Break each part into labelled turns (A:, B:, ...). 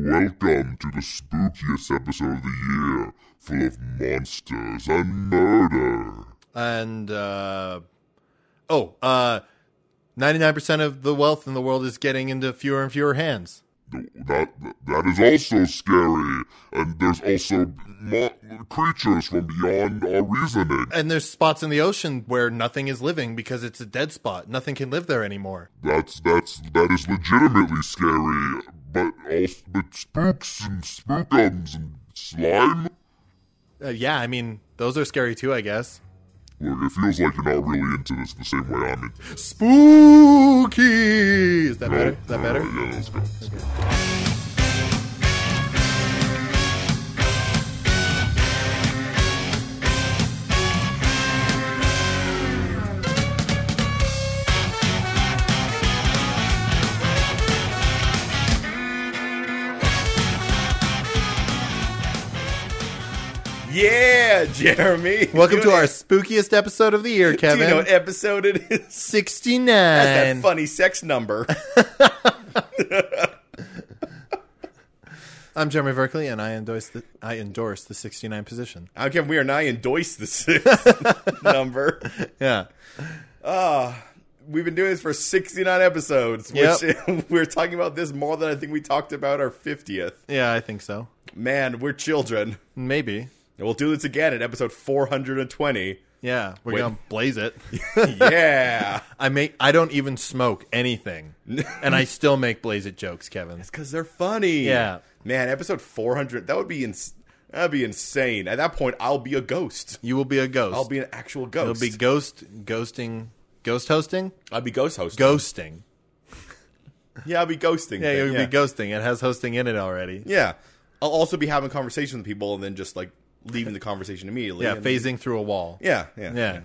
A: Welcome to the spookiest episode of the year, full of monsters and murder.
B: And uh, oh, uh, 99% of the wealth in the world is getting into fewer and fewer hands.
A: Th- That that is also scary, and there's also mo- creatures from beyond our reasoning.
B: And there's spots in the ocean where nothing is living because it's a dead spot. Nothing can live there anymore.
A: That's that's that is legitimately scary, but also but spooks and spookums and slime.
B: Uh, yeah, I mean, those are scary too, I guess.
A: Look, it feels like you're not really into this the same way I'm into. it.
B: Spooky! Is that better? Is that better?
A: Oh, Yeah, let's go. Let's go.
C: Yeah, Jeremy.
B: Welcome
C: You
B: to
C: know-
B: our spookiest episode of the year,
C: Do you know
B: Kevin.
C: what episode it is?
B: 69.
C: That's that funny sex number.
B: I'm Jeremy Berkeley, and I endorse the I endorse the 69 position.
C: How come we are not endorsed the six number?
B: Yeah,
C: We've been doing this for 69 episodes, which we're talking about this more than I think we talked about our 50th.
B: yeah, I think so.
C: Man, we're children.
B: Maybe.
C: And we'll do this again at episode 420.
B: Yeah, we're
C: Wait.
B: gonna blaze it.
C: yeah.
B: I make. I don't even smoke anything, and I still make blaze it jokes, Kevin.
C: Because they're funny.
B: Yeah.
C: Man, episode 400, that would be ins- That'd be insane. At that point, I'll be a ghost.
B: You will be a ghost.
C: I'll be an actual ghost.
B: You'll be ghost ghosting, ghost hosting,
C: I'll be ghost host.
B: ghosting.
C: Yeah, I'll be ghosting.
B: Yeah,
C: thing.
B: you'll be ghosting. It has hosting in it already.
C: Yeah. I'll also be having conversations with people and then just like leaving the conversation immediately.
B: Yeah,
C: and-
B: phasing through a wall.
C: Yeah, yeah,
B: yeah,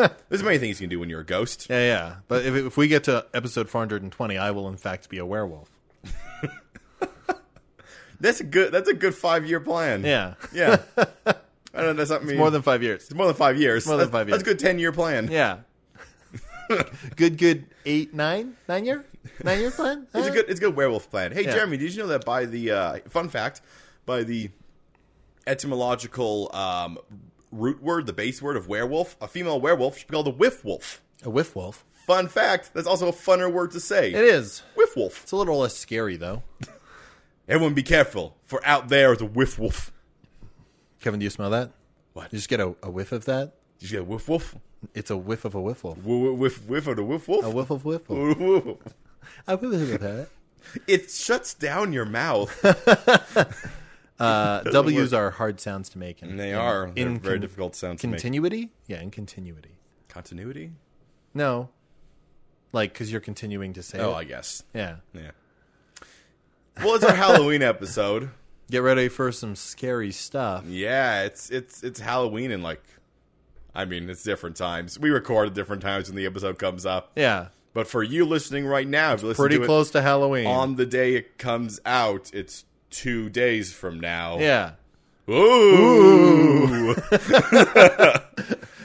B: yeah.
C: There's many things you can do when you're a ghost.
B: yeah, yeah. But if, if we get to episode 420, I will in fact be a werewolf.
C: That's a good. That's a good five year plan.
B: Yeah,
C: yeah. I don't know. That's not me.
B: more than five years.
C: it's more than five years.
B: more than
C: That's-
B: five
C: That's a good ten year plan.
B: Yeah. good, good. Eight, nine, nine year, nine year plan.
C: It's a good. It's a good werewolf plan. Hey,
B: Yeah.
C: Jeremy, did you know that by the uh, fun fact, by the etymological um, root word, the base word of werewolf, a female werewolf should be called a whiff wolf.
B: a whiff wolf.
C: Fun fact. That's also a funner word to say.
B: It is.
C: Whiff wolf.
B: It's a little less scary though.
C: Everyone be careful, for out there is a whiff wolf.
B: Kevin, do you smell that?
C: What?
B: You just get a, a whiff of that.
C: Did you get whiff wolf?
B: It's a whiff of a whiff wolf.
C: Whiff whiff whiff of the whiff
B: A
C: wolf?
B: whiff of whiff wolf.
C: Whiff, whiff, whiff.
B: A whiff of that.
C: It shuts down your mouth.
B: Uh, W's are hard sounds to make. In,
C: And they are. They're
B: in
C: very
B: con-
C: difficult sounds to make.
B: Continuity? Yeah, in continuity.
C: Continuity?
B: No. Like, because you're continuing to say
C: Oh,
B: it.
C: I guess.
B: yeah.
C: Yeah. Well, it's our Halloween episode.
B: Get ready for some scary stuff.
C: Yeah, it's it's it's Halloween and like I mean, it's different times. We record at different times when the episode comes up.
B: Yeah.
C: But for you listening right now, if you listen
B: Pretty
C: to it
B: close to Halloween.
C: on the day it comes out, it's two days from now.
B: yeah.
C: Ooh.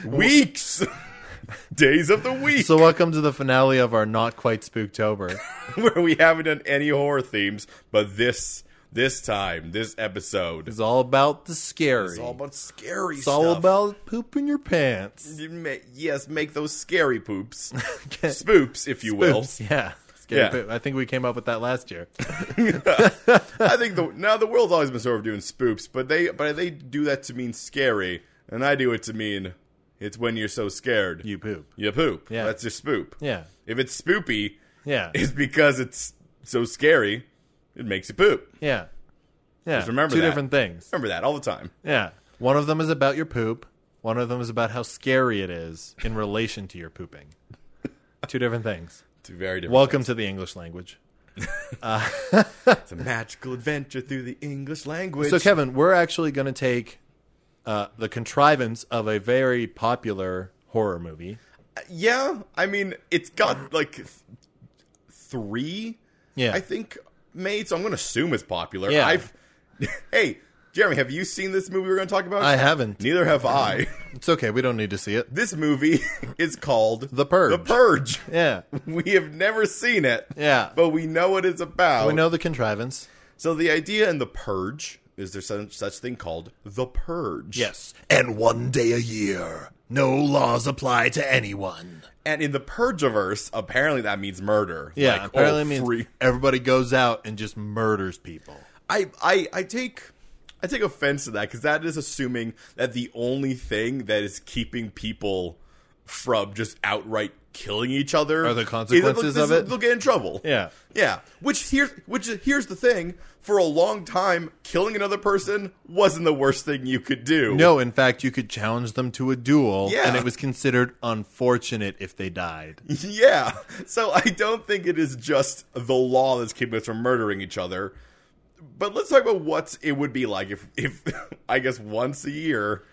C: Weeks. Days of the week.
B: So, welcome to the finale of our Not Quite Spooktober.
C: where we haven't done any horror themes, but this this time, this episode
B: it's all about the scary.
C: it's all about scary
B: It's
C: stuff.
B: all about poop in your pants.
C: You ma- yes, make those scary poops. Spoops, if you will.
B: Oops, yeah. Scary
C: Yeah.
B: poop. I think we came up with that last year.
C: I think the now the world's always been sort of doing spoops, but they but they do that to mean scary, and I do it to mean it's when you're so scared.
B: You poop.
C: you poop.
B: Yeah.
C: That's your spoop.
B: Yeah.
C: If it's spoopy,
B: Yeah.
C: is because it's so scary, it makes you poop.
B: Yeah. Yeah.
C: Just remember
B: two
C: that.
B: different things.
C: Remember that all the time.
B: Yeah. One of them is about your poop. One of them is about how scary it is in relation to your pooping. two different things.
C: Two very different.
B: Welcome to the English language.
C: it's a magical adventure through the English language.
B: So, Kevin, we're actually going to take uh, the contrivance of a very popular horror movie.
C: Uh, yeah, I mean, it's got like th- three,
B: Yeah.
C: I think, made. So I'm going to assume it's popular.
B: Yeah.
C: I've. hey, Jeremy, have you seen this movie we're going to talk about?
B: I haven't.
C: Neither have I.
B: It's okay. We don't need to see it.
C: this movie is called
B: The Purge.
C: The Purge.
B: Yeah.
C: We have never seen it.
B: Yeah.
C: But we know what it's about.
B: We know the contrivance.
C: So the idea in the purge is there's some such thing called the purge.
B: Yes. And one day a year. No laws apply to anyone.
C: And in the purgeverse, apparently that means murder.
B: Yeah,
C: Like,
B: apparently
C: oh,
B: it means
C: free-
B: everybody goes out and just murders people.
C: I, I I take I take offense to that because that is assuming that the only thing that is keeping people from just outright killing each other
B: Are the
C: is that
B: consequences
C: they'll-
B: of it?
C: They'll get in trouble.
B: Yeah.
C: yeah. Which here's which is- here's the thing: for a long time, killing another person wasn't the worst thing you could do.
B: No, in fact, you could challenge them to a duel,
C: Yeah.
B: and it was considered unfortunate if they died.
C: Yeah. So I don't think it is just the law that's keeping us from murdering each other. But let's talk about what it would be like if, if I guess once a year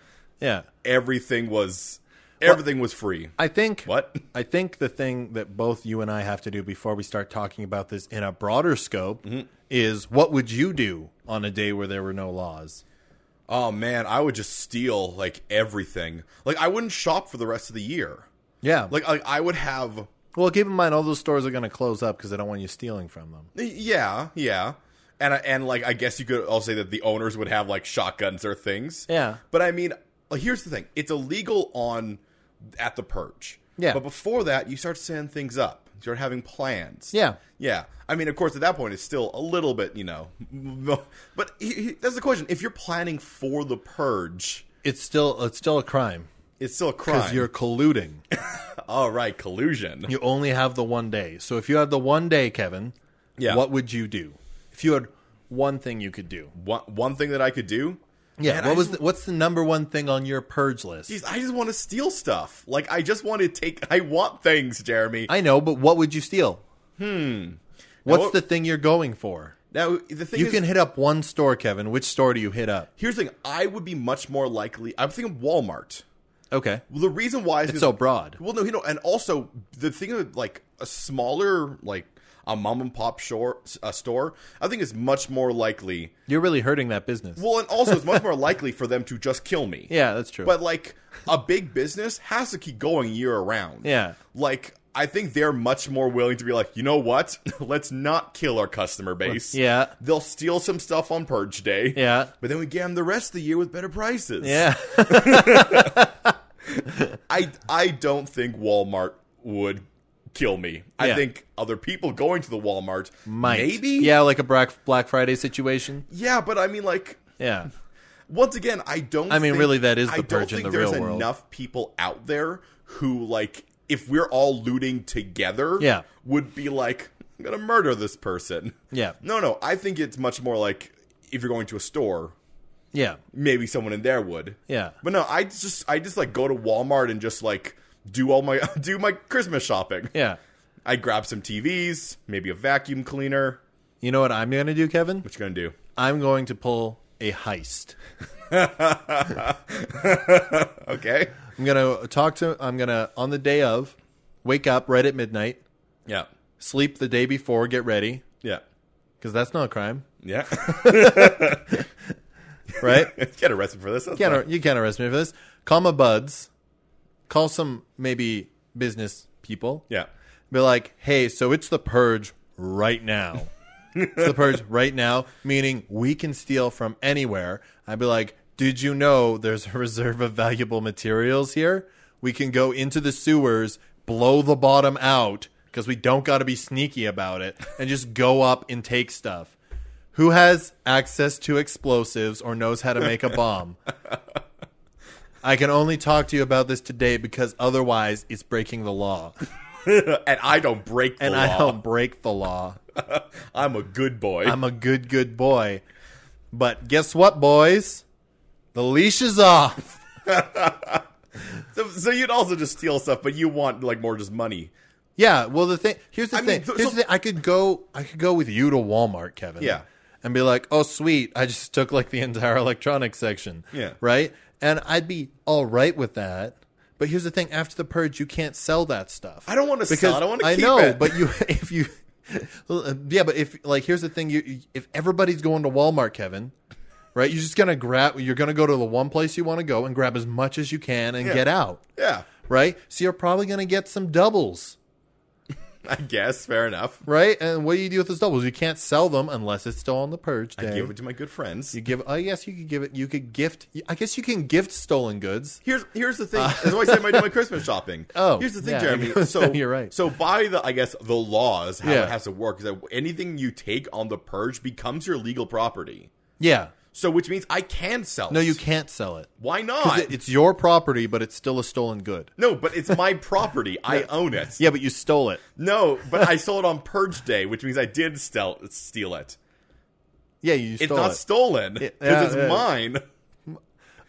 B: Yeah.
C: everything was everything was free.
B: I think
C: What?
B: I think the thing that both you and I have to do before we start talking about this in a broader scope is what would you do on a day where there were no laws?
C: Oh man, I would just steal like everything. Like I wouldn't shop for the rest of the year.
B: Yeah.
C: Like I, I would have
B: well, keep in mind all those stores are going to close up because they don't want you stealing from them.
C: yeah, yeah. And I- and like I guess you could also say that the owners would have like shotguns or things.
B: Yeah.
C: But I mean, like, here's the thing: it's illegal on at the purge.
B: Yeah.
C: But before that, you start setting things up. You start having plans.
B: Yeah.
C: Yeah. I mean, of course, at that point, it's still a little bit, you know. But he, he, that's the question: if you're planning for the purge,
B: It's still it's still a crime
C: it's still a
B: because
C: crime.
B: you're colluding.
C: All right, collusion.
B: You only have the one day. So if you had the one day, Kevin,
C: Yeah.
B: what would you do? If you had one thing you could do.
C: One, one thing that I could do.
B: Yeah,
C: Man,
B: what
C: I
B: was
C: just-
B: the, what's the number one thing on your purge list?
C: Jeez, I just want to steal stuff. Like I just want to take. I want things, Jeremy.
B: I know, but what would you steal? Hmm. What's
C: what-
B: the thing you're going for?
C: now the thing
B: You
C: is,
B: can hit up one store, Kevin. Which store do you hit up?
C: here's the thing: I would be much more likely. I'm thinking Walmart.
B: Okay.
C: Well, the reason why is
B: It's
C: because-
B: so broad.
C: Well, no, you know, and also the thing of like a smaller, like a mom and pop shore, a store, I think is much more likely.
B: You're really hurting that business.
C: Well, and also it's much more likely for them to just kill me.
B: yeah, that's true.
C: But like a big business has to keep going year around.
B: Yeah.
C: Like I think they're much more willing to be like, you know what? Let's not kill our customer base.
B: yeah.
C: They'll steal some stuff on purge day.
B: Yeah.
C: But then we get them the rest of the year with better prices.
B: Yeah.
C: I I don't think Walmart would kill me. I
B: Yeah.
C: think other people going to the Walmart
B: Might.
C: maybe.
B: Yeah, like a Black Black Friday situation.
C: Yeah, but I mean like
B: Yeah.
C: once again, I don't.
B: I mean,
C: think-
B: really, that is the
C: I don't
B: purge in
C: think
B: the
C: there's
B: real world.
C: Enough people out there who like, if we're all looting together,
B: Yeah.
C: would be like, I'm gonna murder this person.
B: Yeah.
C: No, no, I think it's much more like if you're going to a store,
B: Yeah.
C: maybe someone in there would.
B: Yeah.
C: But no, I just, I just like go to Walmart and just like do all my do my Christmas shopping.
B: Yeah.
C: I grab some TVs, maybe a vacuum cleaner.
B: You know what I'm going to do, Kevin?
C: What you gonna do?
B: I'm going to pull a heist.
C: Okay.
B: I'm gonna talk to. I'm gonna on the day of, wake up right at midnight,
C: Yeah.
B: sleep the day before, get ready
C: Yeah.
B: because that's not a crime,
C: Yeah.
B: right? you,
C: Get arrested for this. That's
B: can't,
C: not-
B: ar- you can't arrest me for this. Call my buds, call some maybe business people.
C: Yeah.
B: Be like, hey, so it's the purge right now. it's the purge right now, meaning we can steal from anywhere. I'd be like, did you know there's a reserve of valuable materials here? We can go into the sewers, blow the bottom out because we don't got to be sneaky about it and just go up and take stuff. Who has access to explosives or knows how to make a bomb? I can only talk to you about this today because otherwise it's breaking the law
C: and I don't break the
B: and
C: law.
B: I don't break the law.
C: I'm a good boy.
B: I'm a good, good boy. But guess what, boys? The leash is off.
C: so, so you'd also just steal stuff, but you want like more just money.
B: Yeah. Well, the thing here's the
C: I mean,
B: thing.
C: th-
B: here's
C: so-
B: the thing. I could go. I could go with you to Walmart, Kevin.
C: Yeah.
B: And be like, oh, sweet, I just took like the entire electronics section.
C: Yeah.
B: Right. And I'd be all right with that. But here's the thing: after the purge, you can't sell that stuff.
C: I don't want to sell. I don't want to
B: I
C: keep
B: know,
C: it.
B: but you if you uh, yeah, but if like here's the thing: you if everybody's going to Walmart, Kevin, right? You're just gonna grab. You're gonna go to the one place you want to go and grab as much as you can and get out,
C: yeah,
B: right? So you're probably gonna get some doubles.
C: I guess fair enough.
B: right? And what do you do with those doubles? You can't sell them unless it's still on the purge day.
C: Give it to my good friends.
B: you give. I guess you could give it. You could gift. I guess you can gift stolen goods.
C: Here's here's the thing. That's why I said I do my Christmas shopping.
B: Uh, Oh,
C: here's the thing,
B: yeah,
C: Jeremy.
B: you're-
C: So
B: you're right.
C: So by the I guess the laws how
B: Yeah.
C: it has to work is that anything you take on the purge becomes your legal property.
B: Yeah.
C: So which means I can sell.
B: No,
C: it.
B: you can't sell it.
C: Why
B: 'Cause
C: not?
B: it- it's your property, but it's still a stolen good.
C: no, but it's my property. I own it.
B: Yeah, but you stole it.
C: No, but I sold it on Purge Day, which means I did stel- steal it.
B: Yeah, you
C: It's
B: stole
C: not
B: it.
C: stolen because
B: yeah,
C: it's
B: yeah.
C: mine.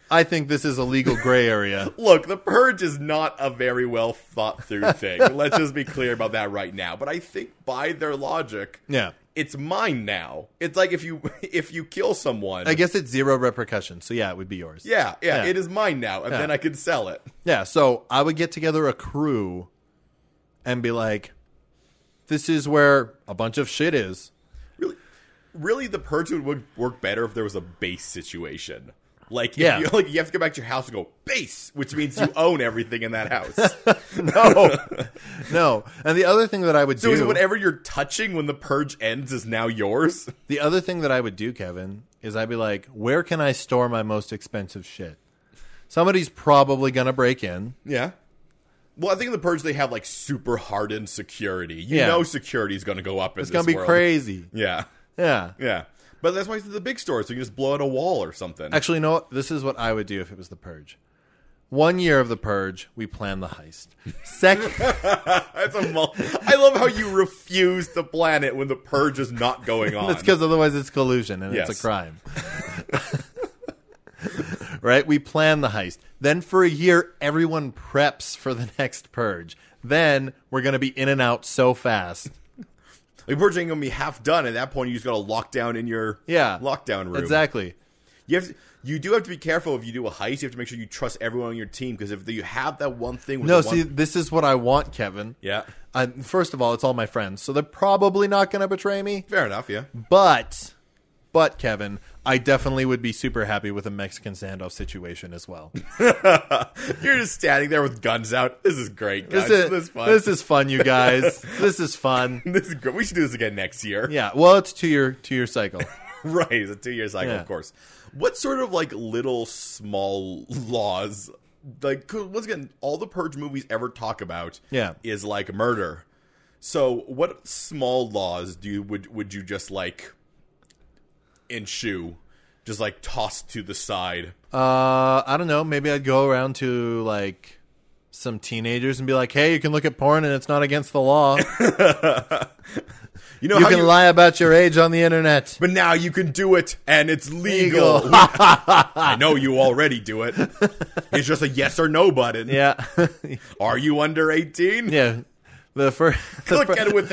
B: I think this is a legal gray area.
C: Look, the purge is not a very well thought through thing. Let's just be clear about that right now. But I think by their logic,
B: yeah.
C: it's mine now. It's like if you if you kill someone,
B: I guess it's zero repercussions. So yeah, it would be yours.
C: yeah, yeah,
B: Yeah.
C: it is mine now, and
B: Yeah.
C: then I can sell it.
B: Yeah, so I would get together a crew and be like, this is where a bunch of shit is.
C: Really, really, the purge would work, work better if there was a base situation. Like, if
B: Yeah.
C: you, like you have to go back to your house and go base, which means you own everything in that house.
B: No. no. And the other thing that I would
C: So
B: do
C: is it whatever you're touching when the purge ends is now yours?
B: the other thing that I would do, Kevin, is I'd be like, where can I store my most expensive shit? Somebody's probably gonna break in.
C: Yeah. Well, I think in the purge they have like super hardened security. You
B: Yeah.
C: know, security is going to go up. In
B: It's gonna be crazy.
C: Yeah,
B: Yeah.
C: yeah. But that's why it's the big store, so you can just blow out a wall or something.
B: Actually, you know what? This is what I would do if it was the purge. One year of the purge, we plan the heist. Second
C: That's a mul- I love how you refuse to plan it when the purge is not going on.
B: That's because otherwise it's collusion and
C: Yes.
B: it's a crime. right? We plan the heist. Then for a year, everyone preps for the next purge. Then we're going to be in and out so fast.
C: the purge ain't gonna be half done. At that point, you just got to lock down in your
B: Yeah.
C: lockdown room.
B: Exactly.
C: You have to, you do have to be careful if you do a heist. You have to make sure you trust everyone on your team because if you have that one thing, with
B: No,
C: the one-
B: see, this is what I want, Kevin.
C: yeah,
B: Uh, first of all, it's all my friends, so they're probably not going to betray me.
C: fair enough, yeah.
B: But, but Kevin, I definitely would be super happy with a Mexican standoff situation as well.
C: You're just standing there with guns out. This is great, guys.
B: This
C: This is,
B: is
C: fun.
B: this is fun, you guys. this is fun.
C: This is great. We should do this again next year.
B: Yeah, well, it's two year two year cycle.
C: Right, it's a two year cycle,
B: Yeah.
C: of course. What sort of like little small laws, like 'cause once again, all the Purge movies ever talk about,
B: Yeah.
C: is like murder. So, what small laws do you would would you just like ensue, just like toss to the side?
B: Uh, I don't know. Maybe I'd go around to like some teenagers and be like, "Hey, you can look at porn and it's not against the law. You
C: You know, how
B: can
C: you,
B: lie about your age on the internet."
C: but now you can do it, and it's legal.
B: Legal.
C: I know you already do it. It's just a yes or no button.
B: yeah,
C: Are you under eighteen?
B: yeah. The first,
C: Click it with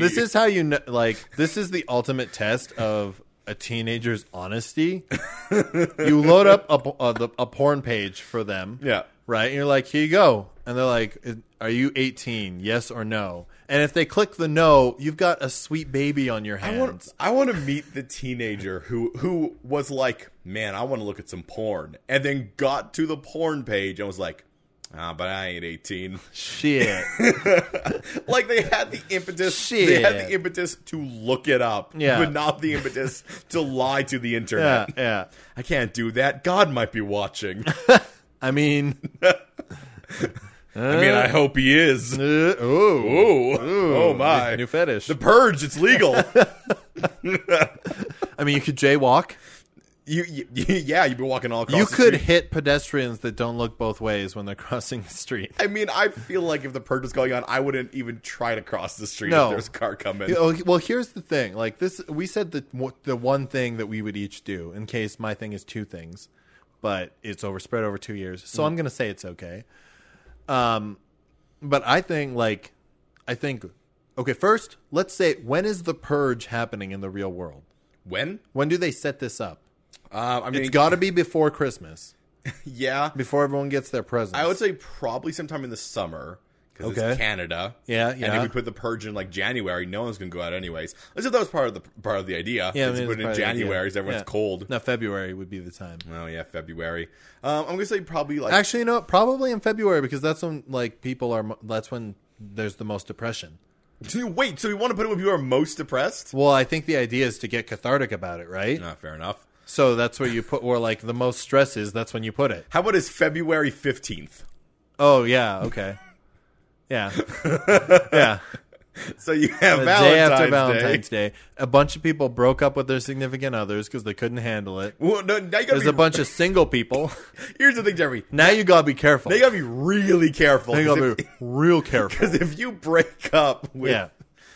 B: this is how you know. Like, this is the ultimate test of a teenager's honesty. you load up a, po- uh, the, a porn page for them.
C: yeah.
B: right? And you're like, here you go. And they're like, are you 18? Yes or no? And if they click the no, you've got a sweet baby on your
C: I want,
B: hands.
C: I want to meet the teenager who who was like, "Man, I want to look at some porn," and then got to the porn page and was like, "Ah, but I ain't 18."
B: Shit.
C: like they had the impetus, they
B: Shit.
C: had the impetus to look it up,
B: Yeah.
C: but not the impetus to lie to the
B: yeah,
C: internet.
B: yeah.
C: I can't do that. God might be watching.
B: I mean,
C: I mean, I hope he is.
B: uh, oh,
C: Oh, oh my!
B: new fetish.
C: The purge, it's legal.
B: I mean, you could jaywalk.
C: you, you, yeah, you've been walking all across.
B: You
C: the
B: could
C: street.
B: hit pedestrians that don't look both ways when they're crossing the street.
C: I mean, I feel like if the purge was going on, I wouldn't even try to cross the street
B: No.
C: if there's a car coming.
B: Yeah, okay, Well, here's the thing. Like this, we said the the one thing that we would each do. In case my thing is two things, but it's over spread over two years, so
C: Mm.
B: I'm gonna say it's okay. Um, but I think like, I think okay. First, let's say when is the purge happening in the real world?
C: When?
B: When do they set this up?
C: Uh, I mean,
B: It's got to be before Christmas,
C: yeah.
B: before everyone gets their presents.
C: I would say probably sometime in the summer because it's
B: Okay.
C: Canada.
B: Yeah,
C: And if
B: yeah.
C: we put the purge in like January, no one's going to go out anyways. As if that was part of the part of the idea.
B: yeah, I
C: Let's
B: mean,
C: put
B: it's
C: it
B: probably
C: in
B: the idea.
C: January, 'cause everyone's
B: Yeah.
C: cold.
B: No, February would be the time.
C: Oh yeah, February. Um, I'm going to say probably like
B: Actually, no, probably in February because that's when like people are. mo- That's when there's the most depression.
C: So you- Wait, so you want to put it when you are most depressed?
B: Well, I think the idea is to get cathartic about it, right?
C: Not fair enough.
B: So that's where you put, or like the most stress is, that's when you put it.
C: How about is February 15th?
B: Oh, yeah, okay. Yeah. yeah.
C: So you have
B: The
C: Valentine's
B: day after
C: Day.
B: Valentine's Day. A bunch of people broke up with their significant others because they couldn't handle it.
C: Well, no, now you gotta
B: There's
C: be,
B: a bunch of single people.
C: Here's the thing, Jeremy.
B: Now you gotta be careful.
C: Now you gotta be really careful.
B: Now you
C: Because
B: gotta
C: if,
B: be real careful.
C: 'cause if you break up with
B: Yeah.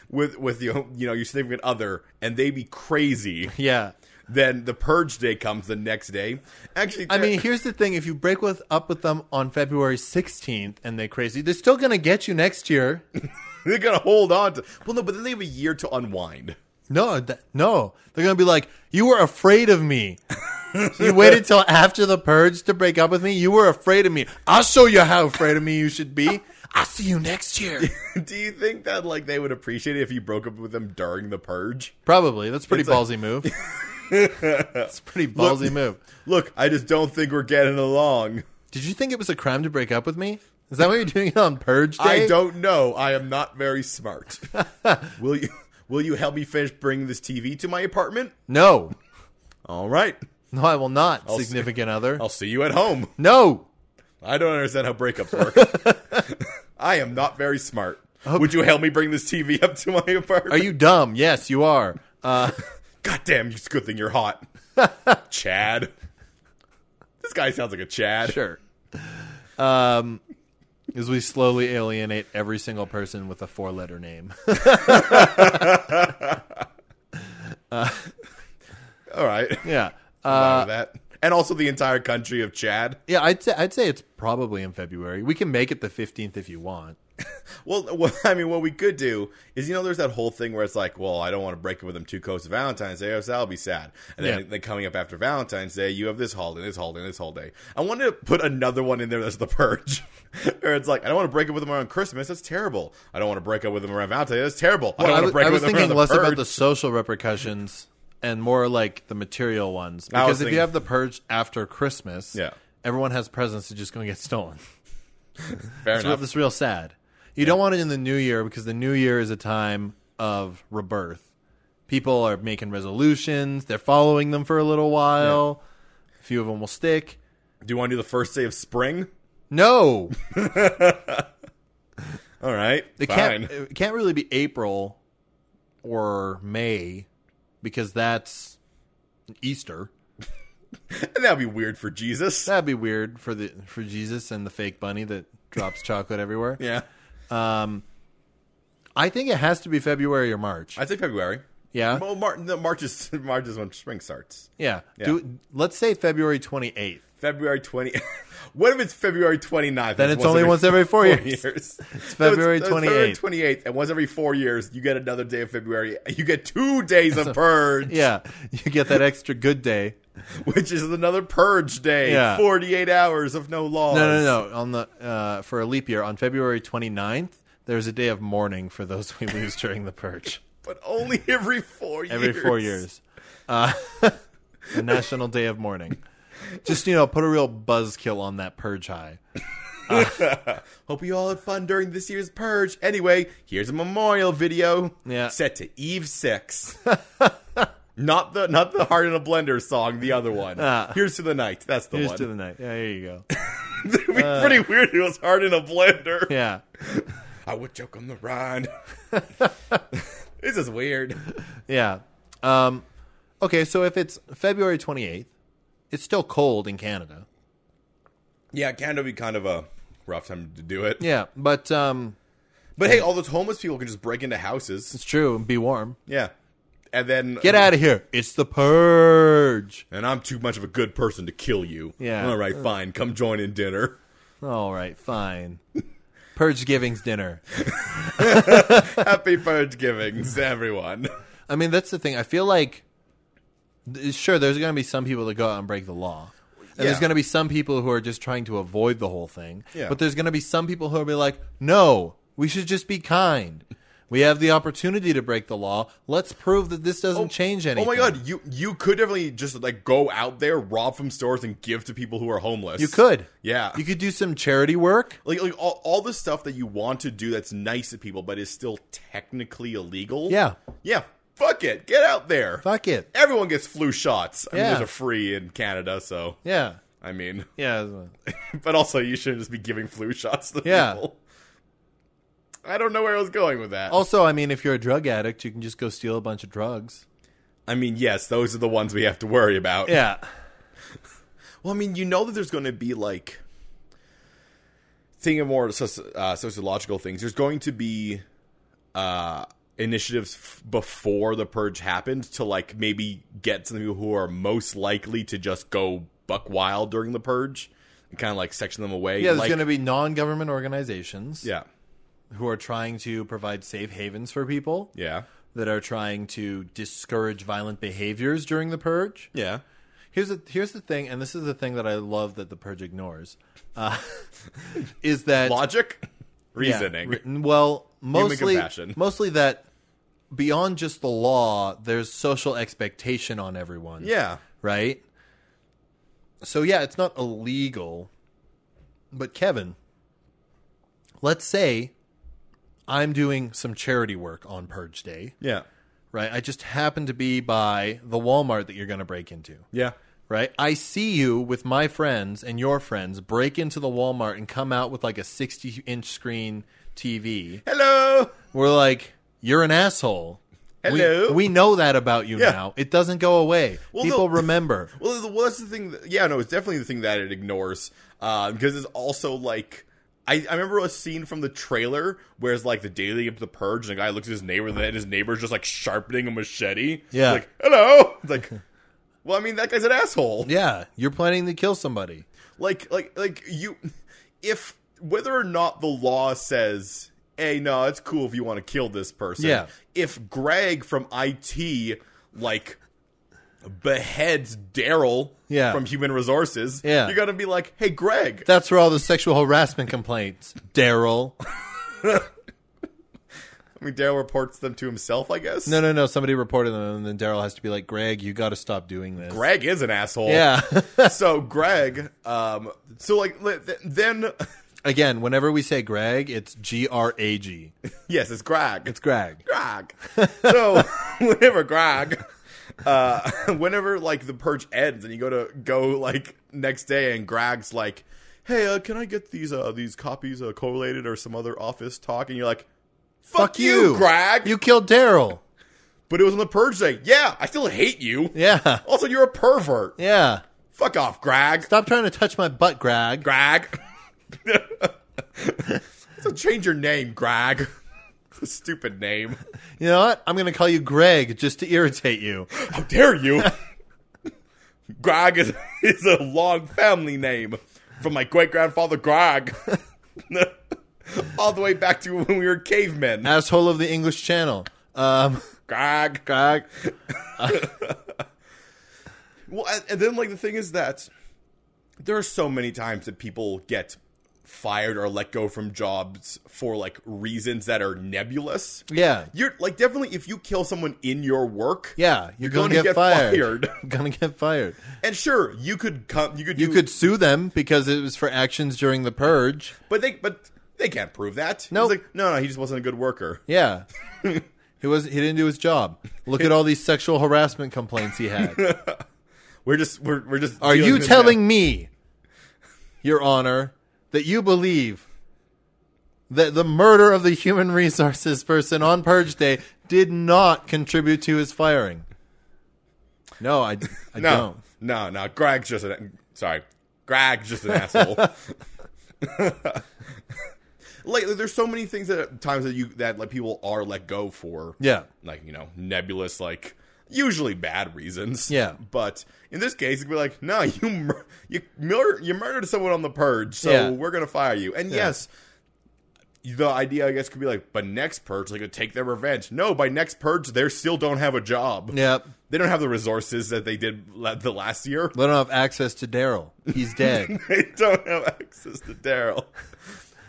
C: with with your you know your significant other and they be crazy,
B: Yeah.
C: then the purge day comes the next day. Actually,
B: I
C: Jer-
B: mean, here's the thing: if you break with up with them on February 16th and they crazy, they're still gonna get you next year.
C: they're gonna hold on to. Well, no, but then they have a year to unwind.
B: No, th- no, they're gonna be like, "You were afraid of me. you waited till after the purge to break up with me. You were afraid of me. I'll show you how afraid of me you should be. I'll see you next year."
C: Do you think that like they would appreciate it if you broke up with them during the purge?
B: Probably. That's a pretty
C: It's like-
B: ballsy move. That's a pretty ballsy move.
C: Look, I just don't think we're getting along.
B: Did you think it was a crime to break up with me? Is that what you're doing on purge day?
C: I don't know. I am not very smart. will you will you help me finish bringing this TV to my apartment?
B: No,
C: All right.
B: no, I will not.
C: see-
B: Significant other.
C: I'll see you at home.
B: No.
C: I don't understand how breakups work. I am not very smart. Would you help me bring this TV up to my apartment?
B: Are you dumb? Yes, you are. Uh,
C: God damn, it's a good thing you're hot. Chad. This guy sounds like a Chad.
B: sure. Um, as we slowly alienate every single person with a four-letter name.
C: All right.
B: yeah.
C: I'm
B: Uh,
C: fine with that. And also the entire country of Chad.
B: yeah, I'd say I'd say it's probably in February. We can make it the fifteenth if you want.
C: Well, what, I mean, what we could do is, you know, there's that whole thing where it's like, well, I don't want to break up with them too close to Valentine's Day, or else that'll be sad. And then,
B: Yeah.
C: then coming up after Valentine's Day, you have this holiday, this holiday, this holiday. I want to put another one in there that's the purge. or it's like, I don't want to break up with them around Christmas. That's terrible. I don't want to break up with them around Valentine's Day. That's terrible. I don't
B: I
C: want
B: was,
C: to break
B: I
C: up
B: was
C: with them around
B: thinking
C: the
B: less
C: purge.
B: about the social repercussions and more like the material ones.
C: I was
B: Because if you
C: thinking-
B: have the purge after Christmas,
C: Yeah.
B: everyone has presents that's just going to get stolen.
C: Fair
B: It's real,
C: enough.
B: it's real sad. You don't want it in the new year because the new year is a time of rebirth. People are making resolutions. They're following them for a little while. A few of them will stick.
C: Do you want to do the first day of spring?
B: No,
C: All right.
B: it
C: fine.
B: can't. It can't really be April or May because that's Easter.
C: And that'd be weird for Jesus.
B: That'd be weird for the for Jesus and the fake bunny that drops chocolate everywhere.
C: yeah.
B: I think it has to be February or March.
C: I'd say February.
B: yeah,
C: Well, Mar- no, March is March is when spring starts.
B: yeah. Do, let's say February twenty eighth.
C: February 20. what if it's February 29th?
B: Then it's only once every four years.
C: It's
B: February
C: it's February 28th. And once every four years, you get another day of February. You get two days of purge,
B: Yeah, you get that extra good day.
C: which is another purge day.
B: Yeah.
C: 48 hours of no laws.
B: No, no, no. On the uh, for a leap year on February 29th, there's a day of mourning for those we lose during the purge.
C: But only every four years.
B: Every four years, uh, a national day of mourning. Just you know, put a real buzzkill on that purge high.
C: Hope you all had fun during this year's purge. Anyway, here's a memorial video.
B: Yeah.
C: Set to Eve 6. Not the not the heart in a blender song, the other one.
B: Ah.
C: Here's to the night. That's the
B: Here's
C: one.
B: to the night. Yeah, there you go.
C: It'd be
B: Uh.
C: pretty weird. if It was hard in a blender.
B: Yeah,
C: I would joke on the run. this is weird.
B: yeah. Um, okay, so if it's February 28th, it's still cold in Canada.
C: Yeah, Canada would be kind of a rough time to do it.
B: Yeah, but um,
C: But hey, all those homeless people can just break into houses.
B: it's true. Be warm.
C: Yeah. And then
B: Get out of here. It's the purge.
C: And I'm too much of a good person to kill you.
B: Yeah.
C: All right, fine. Come join in dinner.
B: All right, fine. Purge giving's dinner.
C: Happy purge givings, everyone.
B: I mean, that's the thing. I feel like, th- sure, there's going to be some people that go out and break the law. And there's
C: Yeah.
B: going to be some people who are just trying to avoid the whole thing.
C: Yeah.
B: But there's going to be some people who will be like, no, we should just be kind. We have the opportunity to break the law. Let's prove that this doesn't change anything.
C: Oh my god, you you could definitely just like go out there, rob from stores, and give to people who are homeless.
B: You could.
C: Yeah.
B: You could do some charity work.
C: like, like all, all the stuff that you want to do that's nice to people but is still technically illegal.
B: Yeah.
C: Yeah. Fuck it. Get out there.
B: Fuck it.
C: Everyone gets flu shots. I
B: Yeah.
C: mean, there's a free in Canada, so
B: Yeah.
C: I mean,
B: Yeah.
C: but also you shouldn't just be giving flu shots to
B: Yeah.
C: people. I don't know where I was going with that.
B: Also, I mean, if you're a drug addict, you can just go steal a bunch of drugs.
C: I mean, yes, those are the ones we have to worry about.
B: Yeah.
C: Well, I mean, you know that there's going to be like thinking of more soci- uh, sociological things. There's going to be uh, initiatives f- before the purge happens to like maybe get some people who are most likely to just go buck wild during the purge and kind of like section them away.
B: Yeah, there's
C: like,
B: going to be non government organizations
C: yeah,
B: who are trying to provide safe havens for people
C: yeah,
B: that are trying to discourage violent behaviors during the purge.
C: yeah.
B: Here's the here's the thing, and this is the thing that I love that the purge ignores, uh, is that
C: Logic,
B: yeah,
C: reasoning.
B: re- well, mostly
C: compassion.
B: mostly that beyond just the law, there's social expectation on everyone.
C: yeah.
B: right. So yeah, it's not illegal, but Kevin, let's say I'm doing some charity work on Purge Day,
C: Yeah.
B: right? I just happen to be by the Walmart that you're going to break into
C: Yeah.
B: right? I see you with my friends and your friends break into the Walmart and come out with like a 60 inch screen TV.
C: Hello.
B: We're like, you're an asshole. We-
C: Hello?
B: We, know that about you
C: Yeah.
B: now. It doesn't go away.
C: Well,
B: People
C: no.
B: remember.
C: Well, the, well, that's the thing. That, yeah, no, it's definitely the thing that it ignores uh, because it's also like I, I remember a scene from the trailer where it's like the day they get to the purge, and the guy looks at his neighbor, and then his neighbor's just like sharpening a machete.
B: Yeah.
C: like hello. It's like, well, I mean, that guy's an asshole.
B: Yeah, you're planning to kill somebody.
C: Like, like, like you, if whether or not the law says, hey, no, it's cool if you want to kill this person.
B: Yeah.
C: If Greg from IT like beheads Daryl
B: Yeah.
C: from Human Resources,
B: Yeah.
C: you're gonna be like, hey, Greg,
B: That's for all the sexual harassment complaints, Daryl.
C: I mean, Daryl reports them to himself, I guess.
B: No, no, no. Somebody reported them, and then Daryl has to be like, Greg, you got to stop doing this.
C: Greg is an asshole.
B: Yeah.
C: so Greg, um, so like li- th- then,
B: Again, whenever we say Greg, it's G R A G.
C: yes, it's Greg.
B: It's Greg.
C: Grog. So whenever Grog, uh, whenever like the purge ends and you go to go like next day and Grog's like, "Hey, uh, can I get these uh, these copies uh, correlated or some other office talk?" And you're like, "Fuck, you, Grog!"
B: You killed Daryl.
C: but it was on the purge day. Yeah, I still hate you.
B: Yeah.
C: Also, you're a pervert.
B: Yeah.
C: Fuck off, Grog.
B: Stop trying to touch my butt, Greg.
C: Grog. so change your name, Grog. It's a stupid name.
B: You know what? I'm going to call you Greg just to irritate you.
C: How dare you? Grog is, is a long family name from my great grandfather Grog. All the way back to when we were cavemen.
B: Asshole of the English Channel. Um,
C: Grog.
B: Greg.
C: Well, and- and then, like, the thing is that there are so many times that people get fired or let go from jobs for, like, reasons that are nebulous.
B: Yeah.
C: You're, like, definitely if you kill someone in your work,
B: Yeah. You're,
C: You're
B: going to
C: gonna
B: get,
C: get
B: fired.
C: fired.
B: You're going to get fired.
C: and sure, you could come, you could do,
B: You could sue them because it was for actions during the purge.
C: but they, but they can't prove that.
B: Nope.
C: It's like, no, no, he just wasn't a good worker.
B: Yeah. He was he didn't do his job. Look at all these sexual harassment complaints he had.
C: We're just we're, we're just.
B: Are
C: dealing
B: you
C: with
B: telling me, Your Honor, that you believe that the murder of the human resources person on Purge Day did not contribute to his firing? No, I, I
C: that. No,
B: don't.
C: no, no. Greg's just an sorry. Greg's just an asshole. like there's so many things that times that you that like people are let go for.
B: Yeah.
C: Like you know nebulous like usually bad reasons.
B: Yeah.
C: But in this case, it'd be like no you mur- you murder you murdered someone on the purge, so
B: Yeah.
C: we're gonna fire you. And yes. The idea, I guess, could be like, but next purge, they could take their revenge. No, by next purge, they still don't have a job.
B: Yep.
C: They don't have the resources that they did la- the last year.
B: They don't have access to Daryl. He's dead.
C: They don't have access to Daryl.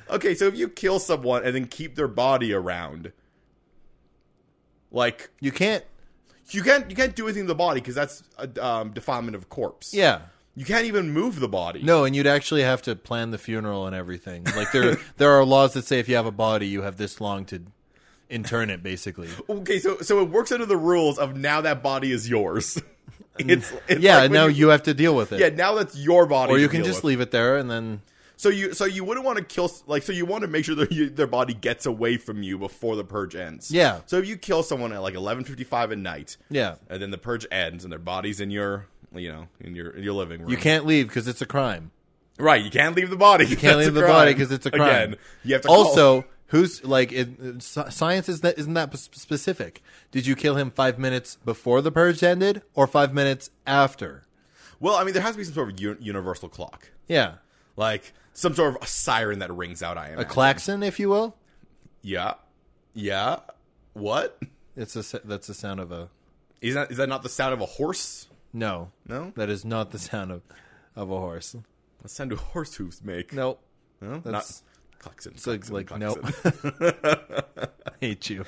C: Okay, so if you kill someone and then keep their body around, Like
B: You can't.
C: you can't you can't do anything to the body because that's a um, defilement of corpse.
B: Yeah.
C: you can't even move the body.
B: No, and you'd actually have to plan the funeral and everything. Like there, there are laws that say if you have a body, you have this long to intern it. Basically,
C: Okay, so so it works under the rules of now that body is yours. it's,
B: Mm.
C: it's
B: yeah.
C: like when
B: now you, have to deal with it,
C: yeah now that's your body.
B: or
C: to
B: you can
C: deal
B: just
C: with.
B: leave it there and then.
C: So you so you wouldn't want to kill s- like so you want to make sure that you, their body gets away from you before the purge ends.
B: Yeah.
C: So if you kill someone at like eleven fifty five at night,
B: Yeah.
C: and then the purge ends and their body's in your you know in your in your living room,
B: You can't leave because it's a crime.
C: right. You can't leave the body. You
B: Can't leave the body because it's a crime.
C: Again, you have to call-
B: also, who's like it, it- sci- science is that isn't that sp- specific? Did you kill him five minutes before the purge ended, or five minutes after?
C: Well, I mean, there has to be some sort of u- universal clock,
B: Yeah,
C: like some sort of siren that rings out. I am
B: a klaxon, if you will.
C: Yeah, yeah. What
B: It's a s- that's the sound of a
C: is that? Is that not the sound of a horse?
B: no,
C: No,
B: that is not the sound of of a horse.
C: the sound do horse hooves make?
B: No,
C: no,
B: that's-
C: not klaxon.
B: it's like,
C: klaxon,
B: like
C: klaxon.
B: nope. Hate you.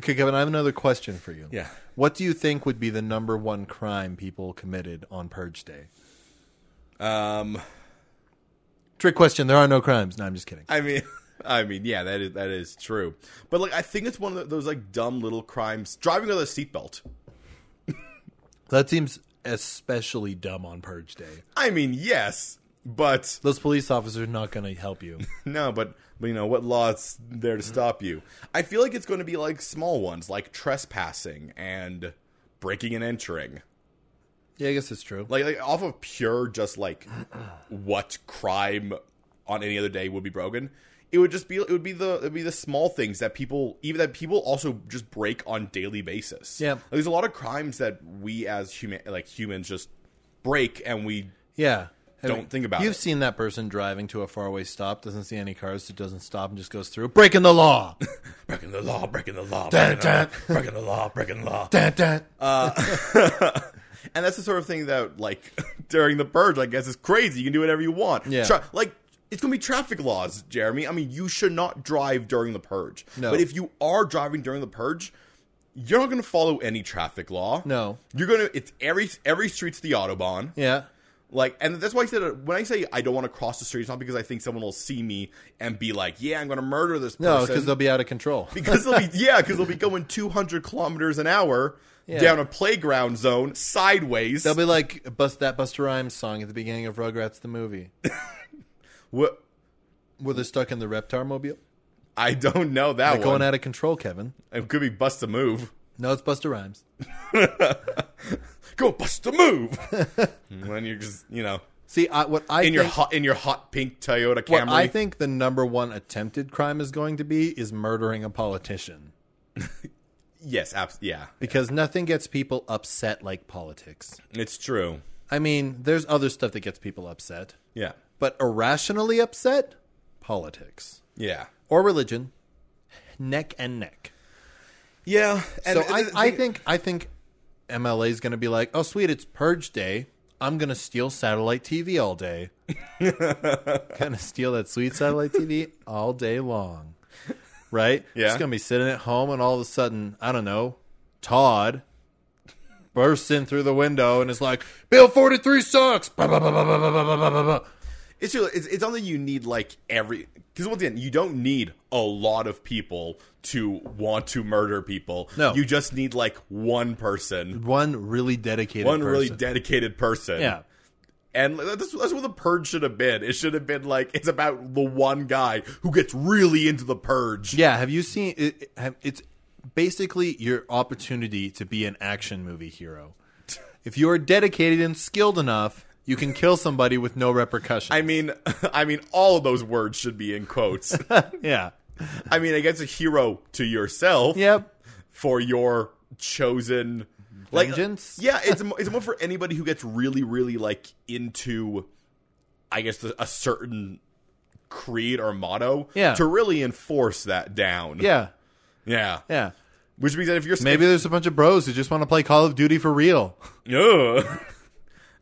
B: okay, Kevin, I have another question for you.
C: Yeah.
B: What do you think would be the number one crime people committed on Purge Day?
C: Um,
B: Trick question. There are no crimes. No, I'm just kidding.
C: I mean, I mean, yeah, that is that is true. But like, I think it's one of those like dumb little crimes. Driving without a seatbelt.
B: That seems especially dumb on Purge Day.
C: I mean, yes, but
B: Those police officers are not going to help you.
C: no, but but you know what law's there to stop you? I feel like it's going to be like small ones, like trespassing and breaking and entering.
B: yeah, I guess it's true.
C: Like, like off of pure, just like what crime on any other day would be broken. It would just be it would be the it would be the small things that people even that people also just break on daily basis.
B: Yeah.
C: Like, there's a lot of crimes that we as human like humans just break and we
B: yeah.
C: Don't think about
B: You've
C: it.
B: seen that person driving to a faraway stop, doesn't see any cars, so doesn't stop and just goes through, breaking the law.
C: breaking the law, breaking the law,
B: Dun,
C: breaking the
B: dun.
C: law, breaking the law, breaking the law.
B: dun, dun.
C: And that's the sort of thing that, like, during the purge, I guess, is crazy. You can do whatever you want.
B: Yeah.
C: Tra- like, it's going to be traffic laws, Jeremy. I mean, you should not drive during the purge.
B: No.
C: But if you are driving during the purge, you're not going to follow any traffic law.
B: No.
C: You're going to, it's every, every street's the Autobahn.
B: yeah.
C: Like, and that's why I said, uh, when I say I don't want to cross the street, it's not because I think someone will see me and be like, yeah, I'm going to murder this person.
B: No, because they'll be out of control.
C: because they'll be yeah, because they'll be going 200 kilometers an hour
B: Yeah.
C: down a playground zone sideways.
B: They'll be like bust that Buster Rhymes song at the beginning of Rugrats the movie,
C: Wha-
B: where they're stuck in the Reptar mobile,
C: I don't know that one.
B: going out of control. Kevin,
C: it could be bust a move.
B: no, it's Buster Rhymes.
C: Go bust a move. and then you're just you know
B: See, I, what I
C: in your
B: think-
C: hot in your hot pink Toyota
B: what
C: Camry.
B: I think the number one attempted crime is going to be is murdering a politician
C: yes, abs- yeah,
B: because nothing gets people upset like politics.
C: it's true.
B: I mean, there's other stuff that gets people upset,
C: Yeah,
B: but irrationally upset, politics
C: yeah,
B: or religion, neck and neck.
C: yeah.
B: so I, I think I think MLA is going to be like, oh sweet, it's Purge Day. I'm going to steal satellite TV all day. going to steal that sweet satellite TV all day long, right?
C: Yeah.
B: Just going to be sitting at home, and all of a sudden, I don't know, Todd bursts in through the window and is like, "Bill 43 sucks." Bah, bah, bah, bah, bah, bah, bah, bah, bah, bah.
C: it's true. It's, it's something you need like every because once again you don't need a lot of people to want to murder people.
B: No.
C: you just need like one person,
B: One really dedicated,
C: one really
B: person.
C: dedicated person.
B: yeah.
C: And that's, that's what the purge should have been. It should have been like it's about the one guy who gets really into the purge.
B: Yeah, have you seen? It, it- have, it's basically your opportunity to be an action movie hero. If you are dedicated and skilled enough, you can kill somebody with no repercussions.
C: I mean, I mean, all of those words should be in quotes.
B: yeah,
C: I mean, I guess a hero to yourself
B: yep.
C: for your chosen like,
B: Vengeance?
C: yeah, it's mo- it's more for anybody who gets really, really like into, I guess, the, a certain creed or motto.
B: Yeah.
C: to really enforce that down.
B: Yeah,
C: yeah.
B: yeah.
C: Which means that if you're
B: Maybe there's a bunch of bros who just want to play Call of Duty for real.
C: Ugh.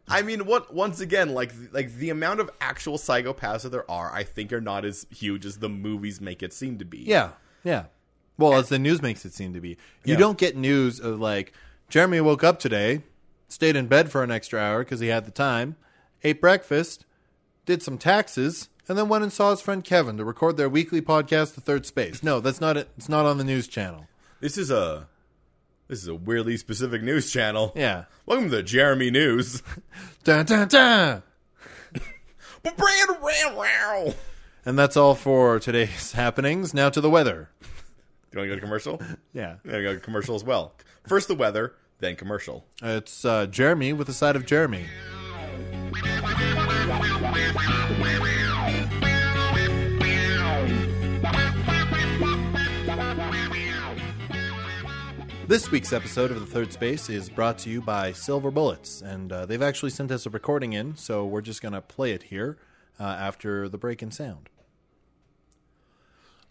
C: I mean, what once again, like like the amount of actual psychopaths that there are, I think are not as huge as the movies make it seem to be.
B: Yeah, yeah. Well, as the news makes it seem to be, you
C: Yeah.
B: don't get news of like Jeremy woke up today, stayed in bed for an extra hour because he had the time, ate breakfast, did some taxes, and then went and saw his friend Kevin to record their weekly podcast, The Third Space. No, that's not it. It's not on the news channel.
C: This is a this is a weirdly specific news channel.
B: Yeah.
C: Welcome to the Jeremy News.
B: Dun, dun, dun. And that's all for today's happenings. Now to the weather.
C: Do you want to go to commercial?
B: Yeah.
C: There we go, commercial as well. First the weather, then commercial.
B: It's uh, Jeremy with a side of Jeremy. This week's episode of The Third Space is brought to you by Silver Bullets, and uh, they've actually sent us a recording in, so we're just going to play it here uh, after the break in sound.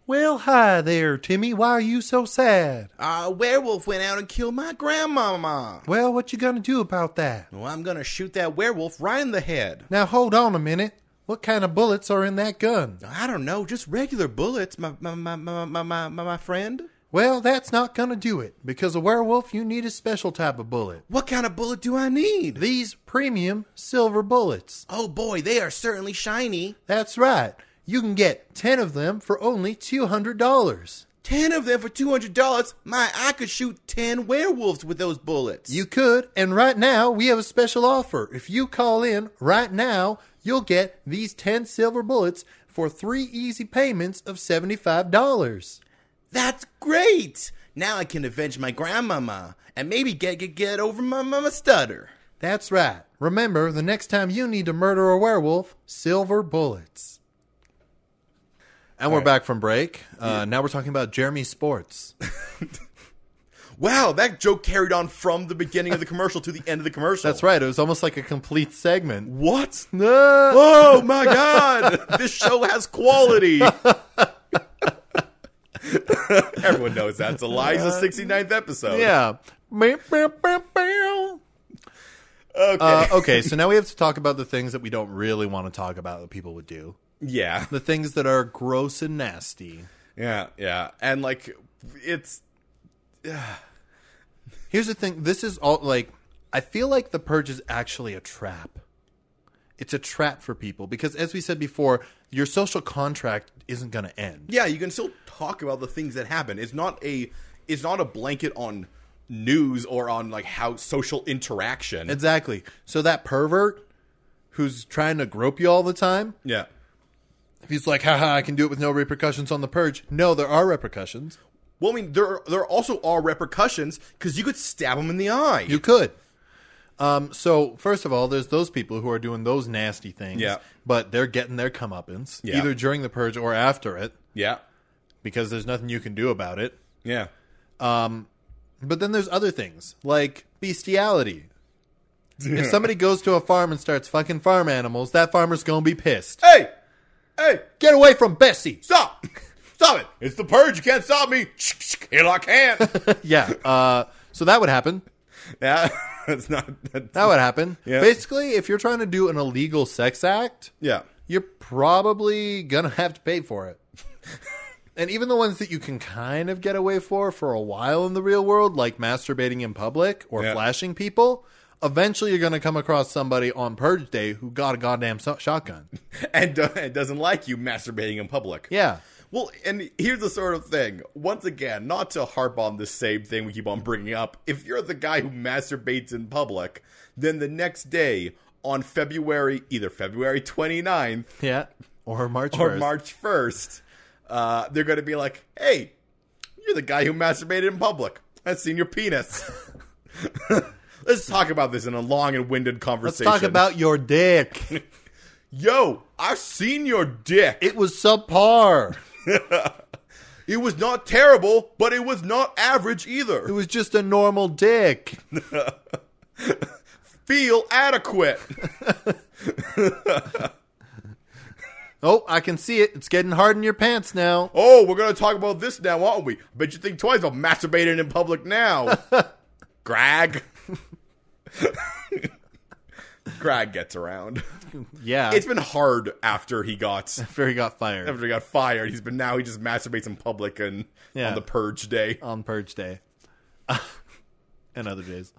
B: Well, hi there, Timmy. Why are you so sad?
C: A werewolf went out and killed my grandmama.
B: Well, what you going to do about that?
C: Well, I'm gonna shoot that werewolf right in the head.
B: Now hold on a minute. What kind of bullets are in that gun?
C: I don't know, just regular bullets, my my my my my my, my friend.
B: Well, that's not gonna do it, because a werewolf you need a special type of bullet.
C: What kind of bullet do I need?
B: These premium silver bullets.
C: Oh boy, they are certainly shiny.
B: That's right. You can get ten of them for only two hundred dollars.
C: Ten of them for two hundred dollars. My, I could shoot ten werewolves with those bullets.
B: You could, and right now we have a special offer. If you call in right now, you'll get these ten silver bullets for three easy payments of seventy-five dollars.
C: That's great. Now I can avenge my grandmama and maybe get get get over my mama stutter.
B: That's right. Remember, the next time you need to murder a werewolf, silver bullets. And we're back from break. Uh, Now we're talking about Jeremy Sports.
C: Wow, that joke carried on from the beginning of the commercial to the end of the commercial.
B: That's right. It was almost like a complete segment.
C: What?
B: No.
C: Oh my god! this show has quality. Everyone knows that's Eliza's 69th episode.
B: Uh, Yeah. Meow, meow, meow, meow.
C: Okay.
B: Uh, okay, so now we have to talk about the things that we don't really want to talk about that people would do.
C: yeah.
B: The things that are gross and nasty.
C: Yeah. Yeah. And like, it's
B: Here's the thing. This is all like I feel like the purge is actually a trap. It's a trap for people because as we said before, your social contract isn't going to end.
C: yeah. You can still talk about the things that happen. It's not a. It's not a blanket on news or on like how social interaction.
B: Exactly. So that pervert who's trying to grope you all the time,
C: yeah.
B: if he's like, haha, I can do it with no repercussions on the purge. No, there are repercussions.
C: Well, I mean, there are, there also are repercussions because you could stab him in the eye.
B: You could. Um, so first of all, there's those people who are doing those nasty things,
C: Yeah.
B: but they're getting their comeuppance
C: Yeah.
B: either during the purge or after it
C: yeah.
B: because there's nothing you can do about it.
C: Yeah.
B: But then there's other things like bestiality. If somebody goes to a farm and starts fucking farm animals, that farmer's gonna be pissed.
C: Hey. Hey.
B: Get away from Bessie.
C: Stop! Stop it! It's the purge. You can't stop me. Here I can.
B: yeah. Uh, so that would happen.
C: yeah, that's not. That's,
B: That would happen.
C: Yeah.
B: Basically, if you're trying to do an illegal sex act,
C: yeah,
B: you're probably gonna have to pay for it. and even the ones that you can kind of get away for for a while in the real world, like masturbating in public or
C: Yeah.
B: flashing people, eventually you're gonna come across somebody on purge day who got a goddamn so- shotgun.
C: and uh, it doesn't like you masturbating in public.
B: Yeah.
C: Well, and here's the sort of thing. Once again, not to harp on the same thing we keep on bringing up. If you're the guy who masturbates in public, then the next day on February, either February 29th
B: Yeah. Or March
C: or
B: 1st.
C: March 1st, uh, they're going to be like, hey, you're the guy who masturbated in public. I've seen your penis. Let's talk about this in a long and winded
B: Let's
C: conversation.
B: talk about your dick.
C: Yo, I've seen your dick. It,
B: It was subpar.
C: it was not terrible, but it was not average
B: It
C: either.
B: was just a normal dick.
C: Feel adequate.
B: Oh, I can see it. It's getting hard in your pants now.
C: oh, we're going to talk about this now, aren't we? Bet you think twice about masturbating in public now. Greg. Greg gets around.
B: Yeah,
C: It's been hard after he got
B: after he got fired
C: after he got fired. He's been now he just masturbates in public and
B: Yeah.
C: on the purge day.
B: on Purge Day, and other days.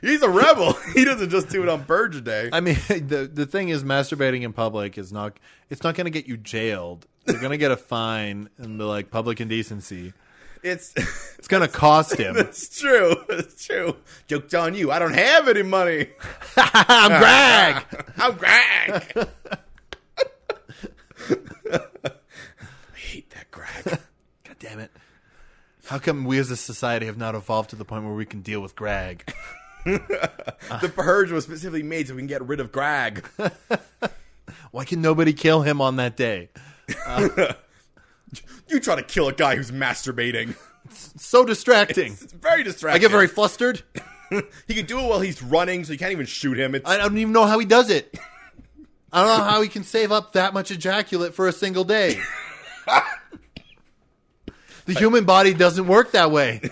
C: He's a rebel. he doesn't just do it on purge day.
B: I mean, the the thing is, masturbating in public is not it's not going to get you jailed. You're going to get a fine and the like public indecency.
C: It's
B: It's going to cost him.
C: it's true. It's true. Joke's on you. I don't have any money.
B: I'm Greg.
C: I'm Greg. I hate that Greg.
B: God damn it! How come we as a society have not evolved to the point where we can deal with Greg?
C: The purge was specifically made so we can get rid of Greg.
B: Why can nobody kill him on that day?
C: You try to kill a guy who's masturbating.
B: So distracting.
C: It's very
B: I
C: distracting.
B: get very flustered.
C: He can do it while he's running, so you can't even shoot him. It's
B: I don't even know how he does it. I don't know how he can save up that much ejaculate for a single day. The human body doesn't work that way.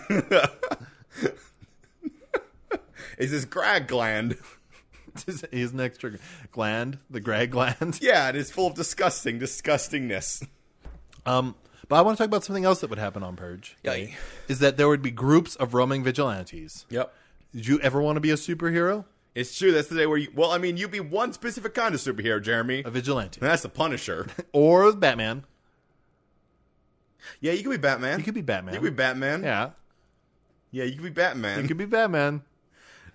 C: is this Greg gland.
B: His, his next trigger gland, the Greg gland.
C: Yeah, it is full of disgusting, disgustingness.
B: Um, but I want to talk about something else that would happen on Purge.
C: Yeah.
B: okay? Is that there would be groups of roaming vigilantes.
C: Yep.
B: Did you ever want to be a superhero?
C: It's true. That's the day where you. Well, I mean, you'd be one specific kind of superhero, Jeremy.
B: A
C: And
B: vigilante.
C: that's the Punisher.
B: Or Batman.
C: yeah, you could be Batman.
B: You could be Batman.
C: You could be Batman.
B: Yeah.
C: Yeah, you could be Batman.
B: You could be Batman.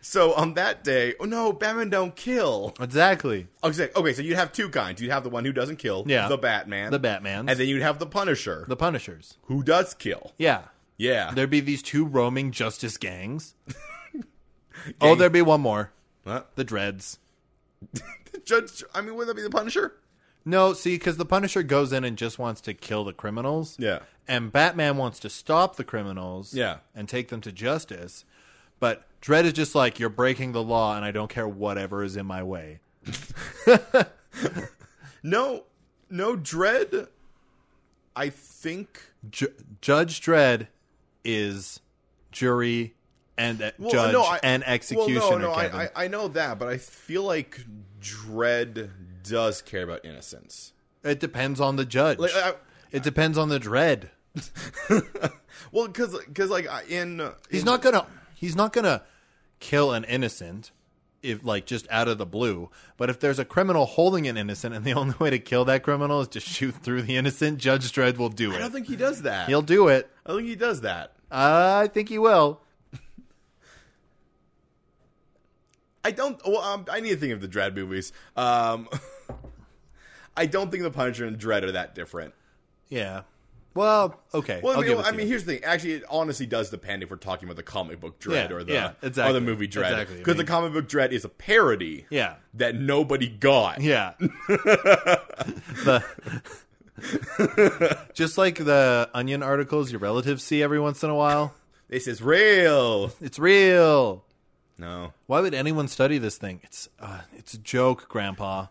C: so on that day, oh no, Batman don't kill.
B: Exactly.
C: Okay, okay, so you'd have two kinds. You'd have the one who doesn't kill,
B: Yeah.
C: the Batman,
B: The Batmans.
C: and then you'd have the Punisher,
B: the Punishers.
C: who does kill.
B: Yeah.
C: Yeah.
B: There'd be these two roaming justice gangs. Oh, there'd be one more.
C: Huh?
B: The Dreads.
C: Judge. I mean, wouldn't that be the Punisher?
B: No, see, because the Punisher goes in and just wants to kill the criminals.
C: Yeah.
B: And Batman wants to stop the criminals.
C: Yeah.
B: And take them to justice. But Dread is just like, you're breaking the law and I don't care whatever is in my way.
C: No, no. Dread. I think.
B: Ju- Judge Dread is jury and uh,
C: Well,
B: judge
C: no, I-
B: and executioner.
C: Well, no, no,
B: Kevin.
C: I, I, I know that, but I feel like Dread does care about innocence.
B: It depends on the judge.
C: Like, I-
B: it depends on the dread.
C: Well, because like I- in
B: He's not gonna. He's not gonna kill an innocent if like just out of the blue. But if there's a criminal holding an innocent, and the only way to kill that criminal is to shoot through the innocent, Judge Dredd will do
C: I don't
B: it.
C: think he does that.
B: He'll do it.
C: I think he does that.
B: I think he will.
C: I don't. Well, um, I need to think of the Dread movies. Um, I don't think the Punisher and Dread are that different.
B: Yeah. Well, okay.
C: Well,
B: I'll
C: I mean,
B: give it
C: I
B: to
C: mean,
B: you.
C: here's the thing. Actually, it honestly does depend if we're talking about the comic book Dread
B: Yeah,
C: or the
B: yeah,
C: or
B: exactly.
C: the movie Dread. Because
B: Exactly. I
C: the
B: mean-
C: comic book Dread is a parody
B: yeah.
C: that nobody got.
B: Yeah. the just like the onion articles your relatives see every once in a while.
C: This is real.
B: It's real.
C: No.
B: Why would anyone study this thing? It's uh, it's a joke, Grandpa.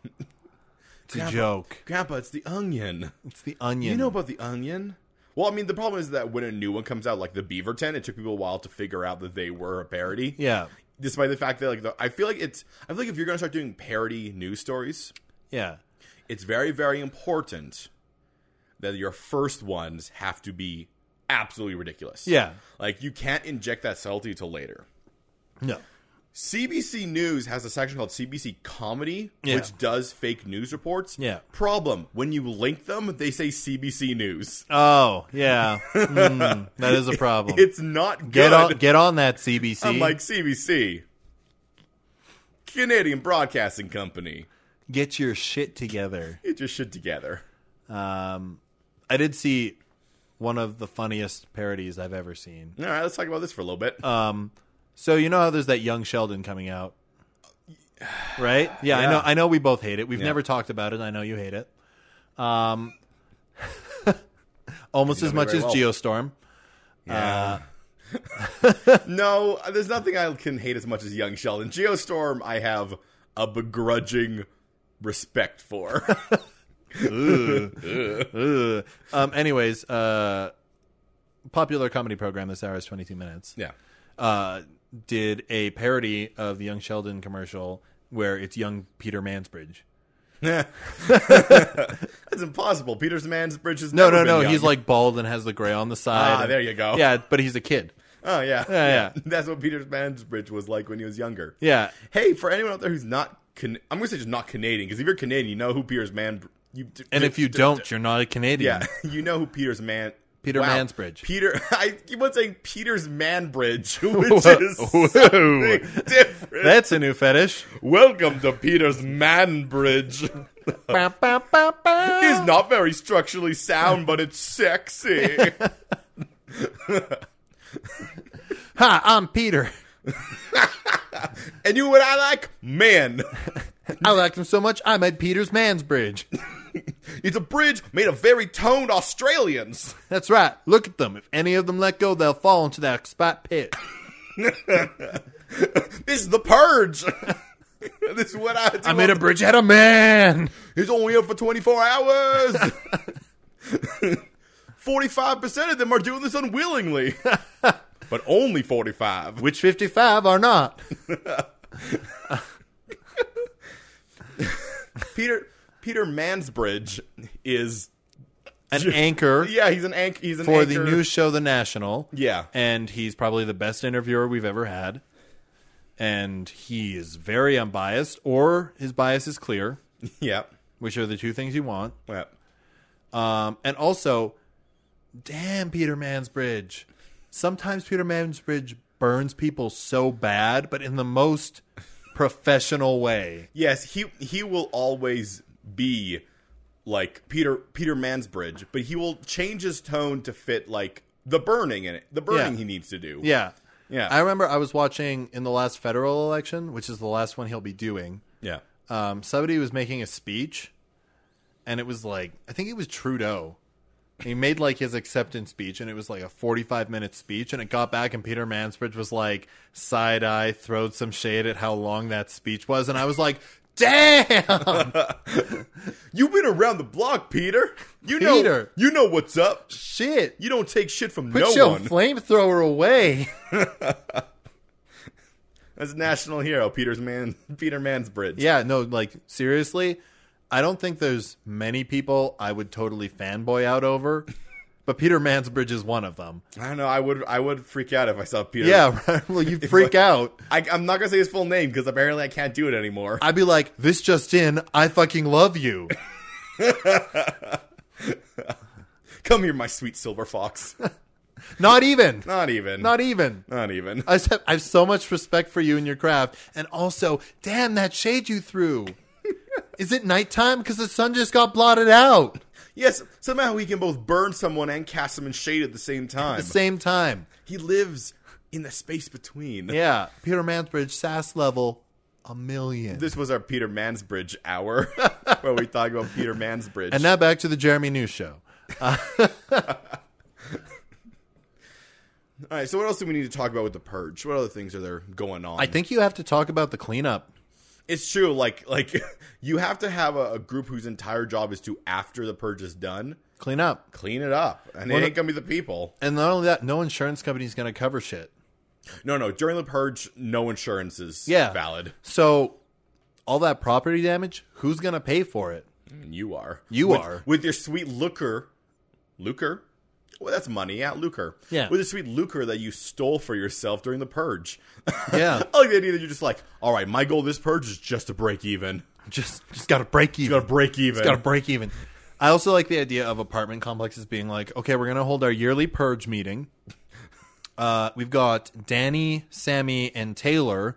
B: It's a
C: Grandpa.
B: joke.
C: Grandpa, it's the onion.
B: It's the onion.
C: You know about the onion? Well, I mean, the problem is that when a new one comes out, like the Beaverton, it took people a while to figure out that they were a parody.
B: yeah,
C: Despite the fact that, like, the, I feel like it's, I feel like if you're going to start doing parody news stories,
B: yeah.
C: it's very, very important that your first ones have to be absolutely ridiculous.
B: Yeah.
C: Like, you can't inject that subtlety till later.
B: No.
C: CBC News has a section called CBC Comedy,
B: Yeah.
C: which does fake news reports.
B: Yeah.
C: Problem when you link them, they say CBC News.
B: Oh, yeah. Mm, that is a problem.
C: It's not good.
B: get on, get on that CBC.
C: I'm like CBC, Canadian Broadcasting Company.
B: get your shit together.
C: It just shit together.
B: Um, I did see one of the funniest parodies I've ever seen.
C: All right, let's talk about this for a little bit.
B: Uh. So you know how there's that young Sheldon coming out, right? Yeah, I know.
C: Yeah.
B: I know we both hate it. We've never talked about it. I know you hate it. Um, almost as
C: me
B: much
C: very
B: as
C: well.
B: Geostorm.
C: Yeah. no, there's nothing I can hate as much as Young Sheldon. Geostorm, I have a begrudging respect for.
B: Ugh. Um, anyways, uh, popular comedy program this hour is 22 minutes.
C: Yeah.
B: Uh, did a parody of the Young Sheldon commercial where it's young Peter Mansbridge.
C: That's impossible. Peter's man's bridge has
B: No,
C: never
B: no,
C: been
B: no.
C: young.
B: He's like bald and has the gray on the side.
C: Ah,
B: and-
C: there you go.
B: Yeah, but he's a kid.
C: oh yeah,
B: yeah.
C: That's what Peter's man's bridge was like when he was younger.
B: Yeah.
C: Hey, for anyone out there who's not, Can- I'm gonna say just not Canadian because if you're Canadian, you know who Peter's man. You,
B: And if you don't, you're not a Canadian.
C: yeah, you know who Peter's man.
B: Peter Mansbridge.
C: Peter, I keep on saying Peter's Manbridge, which
B: Whoa.
C: is
B: Whoa.
C: something different.
B: That's a new fetish.
C: Welcome to Peter's Manbridge.
B: Ba, ba, ba, ba.
C: He's not very structurally sound, but it's sexy.
B: Hi, I'm Peter.
C: and you know what I like? Man.
B: I liked him so much, I made Peter's Mansbridge.
C: It's a bridge made of very toned Australians.
B: That's right. Look at them. If any of them let go, they'll fall into that spot pit.
C: This is the purge. this is what I do.
B: I made a bridge out of man.
C: It's only up for 24 hours. 45% of them are doing this unwillingly. but only 45.
B: Which 55 are not.
C: Peter Peter Mansbridge is
B: An anchor
C: yeah, he's an anch- he's an
B: for the
C: anchor.
B: news show The National.
C: Yeah.
B: And he's probably the best interviewer we've ever had. And he is very unbiased, or his bias is clear,
C: Yeah.
B: which are the two things you want.
C: yeah.
B: Um, and also, damn Peter Mansbridge. Sometimes Peter Mansbridge burns people so bad, but in the most professional way.
C: Yes, he he will always be like Peter Peter Mansbridge, but he will change his tone to fit like the burning in it. The burning
B: Yeah.
C: he needs to do.
B: Yeah.
C: Yeah.
B: I remember I was watching in the last federal election, which is the last one he'll be doing.
C: Yeah.
B: Um, somebody was making a speech, and it was like, I think it was Trudeau. He made like his acceptance speech, and it was like a 45 minute speech. And it got back, and Peter Mansbridge was like, side eye, throwed some shade at how long that speech was. And I was like, damn!
C: You've been around the block, Peter. You know
B: Peter.
C: you know what's up.
B: Shit!
C: You don't take shit from
B: Put
C: no
B: your
C: one.
B: flamethrower away!
C: That's a national hero, Peter's man Peter Mansbridge.
B: Yeah, no, like seriously, I don't think there's many people I would totally fanboy out over, but Peter Mansbridge is one of them.
C: I don't know, I would I would freak out if I saw Peter.
B: Yeah, right? well, you freak out.
C: I, I'm not gonna say his full name because apparently I can't do it anymore.
B: I'd be like, "This just in, I fucking love you."
C: Come here, my sweet silver fox.
B: Not even,
C: Not even.
B: not even.
C: Not even.
B: I just have, I have so much respect for you and your craft, and also, damn that shade you threw. Is it nighttime? Because the sun just got blotted out
C: Yes, somehow he can both burn someone and cast them in shade at the same time.
B: at the same time.
C: He lives in the space between.
B: Yeah, Peter Mansbridge, sass level a million.
C: This was our Peter Mansbridge hour, where we talk about Peter Mansbridge.
B: And now back to the Jeremy News show.
C: All right, so what else do we need to talk about with the purge? What other things are there going on?
B: I think you have to talk about the cleanup.
C: it's true. Like, like you have to have a, a group whose entire job is to, after the purge is done,
B: Clean up.
C: clean it up, and
B: Well,
C: it ain't gonna be the people.
B: And not only that, no insurance company's going to cover shit.
C: No, no. During the purge, no insurance is
B: Yeah.
C: valid.
B: So, all that property damage, who's going to pay for it?
C: And you are.
B: You
C: With-
B: are.
C: With your sweet lucre. Lucre? Well, that's money. Yeah, lucre.
B: Yeah.
C: With the sweet lucre that you stole for yourself during the purge.
B: Yeah.
C: I like the idea that you're just like, all right, my goal this purge is just to break even.
B: Just just got to break
C: Got
B: even.
C: to break even.
B: Got to break even. I also like the idea of apartment complexes being like, okay, we're going to hold our yearly purge meeting. Uh, we've got Danny, Sammy, and Taylor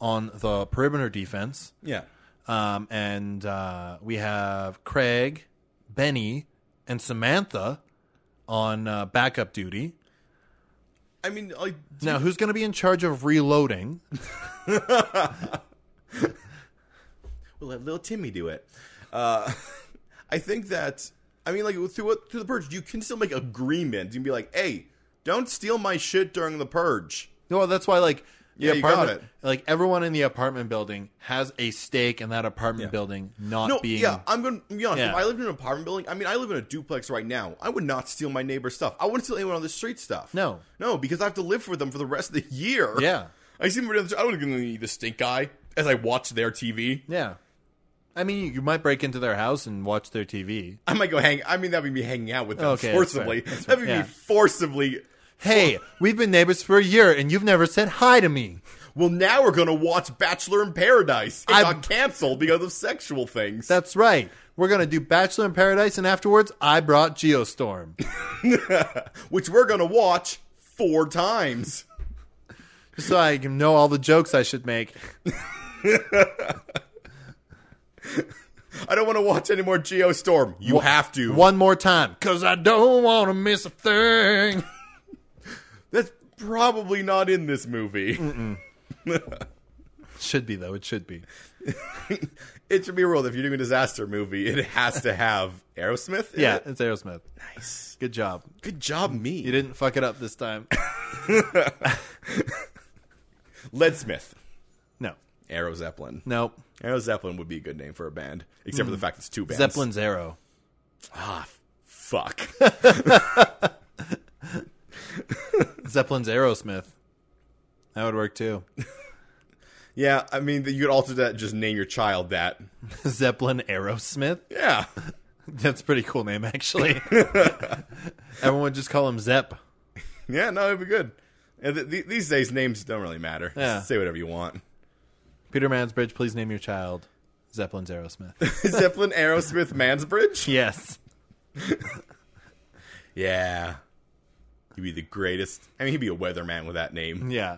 B: on the perimeter defense.
C: yeah.
B: Um, and uh, we have Craig, Benny, and Samantha on uh, backup duty.
C: I mean, like,
B: Now, who's going to be in charge of reloading?
C: we'll have little Timmy do it. Uh, I think that, I mean, like, through, what, through the purge, you can still make agreements. You can be like, hey, don't steal my shit during the purge.
B: Well, that's why, like,
C: Yeah, you got
B: apartment-
C: it.
B: Like everyone in the apartment building has a stake in that apartment building not
C: No,
B: being.
C: yeah, I'm going to be honest.
B: Yeah.
C: If I lived in an apartment building, I mean, I live in a duplex right now. I would not steal my neighbor's stuff. I wouldn't steal anyone on the street stuff.
B: No.
C: No, because I have to live for them for the rest of the year.
B: Yeah.
C: I see them on the street. I would going to the stink eye as I watch their TV.
B: Yeah. I mean, you, you might break into their house and watch their TV.
C: I might go hang. I mean, that would be hanging out with them
B: Okay, that's
C: forcibly.
B: fair. That's
C: That
B: fair.
C: would
B: Yeah.
C: be forcibly.
B: Hey, we've been neighbors for a year and you've never said hi to me.
C: Well, now we're going to watch Bachelor in Paradise. It
B: I'm-
C: got canceled because of sexual things.
B: That's right. We're going to do Bachelor in Paradise and afterwards I brought Geostorm.
C: which we're going to watch four times.
B: Just so I can know all the jokes I should make.
C: I don't want to watch any more Geostorm. You have to.
B: One more time cuz I don't want to miss a thing.
C: That's probably not in this movie.
B: Should be though, it should be.
C: It should be a rule that if you're doing a disaster movie, it has to have Aerosmith. in
B: Yeah,
C: it.
B: it's Aerosmith. Nice. Good job.
C: Good job, me.
B: You didn't fuck it up this time.
C: Led Smith.
B: No.
C: Aero Zeppelin.
B: Nope.
C: Aero Zeppelin would be a good name for a band, except
B: Mm.
C: for the fact it's two bands.
B: Zeppelin's arrow.
C: Ah, f- fuck.
B: Zeppelin's Aerosmith. That would work too.
C: yeah, I mean, you could alter that. Just name your child that.
B: Zeppelin Aerosmith.
C: Yeah.
B: That's a pretty cool name, actually. Everyone would just call him Zepp.
C: Yeah, no, it'd be good. And th- th- these days, names don't really matter.
B: Yeah.
C: Say whatever you want.
B: Peter Mansbridge, please name your child Zeppelin's Aerosmith.
C: Zeppelin Aerosmith Mansbridge?
B: yes.
C: Yeah. He'd be the greatest. I mean, he'd be a weatherman with that name.
B: Yeah.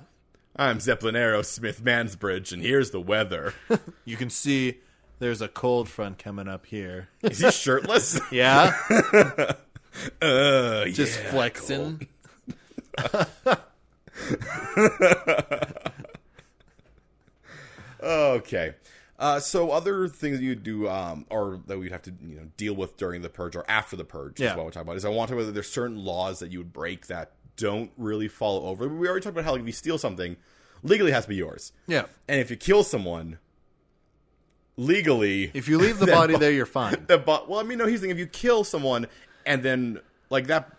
C: I'm Zeppelin Aerosmith Mansbridge, and here's the weather.
B: You can see there's a cold front coming up here.
C: Is he shirtless?
B: Yeah.
C: uh,
B: Just
C: yeah,
B: flexing.
C: cool. Okay. Uh, so other things that you do, um, or that we'd have to you know deal with during the purge or after the purge
B: Yeah.
C: is what we're talking about. Is I want to whether there's certain laws that you would break that don't really follow over. We already talked about how like, if you steal something, legally it has to be yours,
B: Yeah.
C: and if you kill someone, legally,
B: If you leave the body there, you're fine.
C: the bo- well, I mean, no, he's thinking if you kill someone and then like that,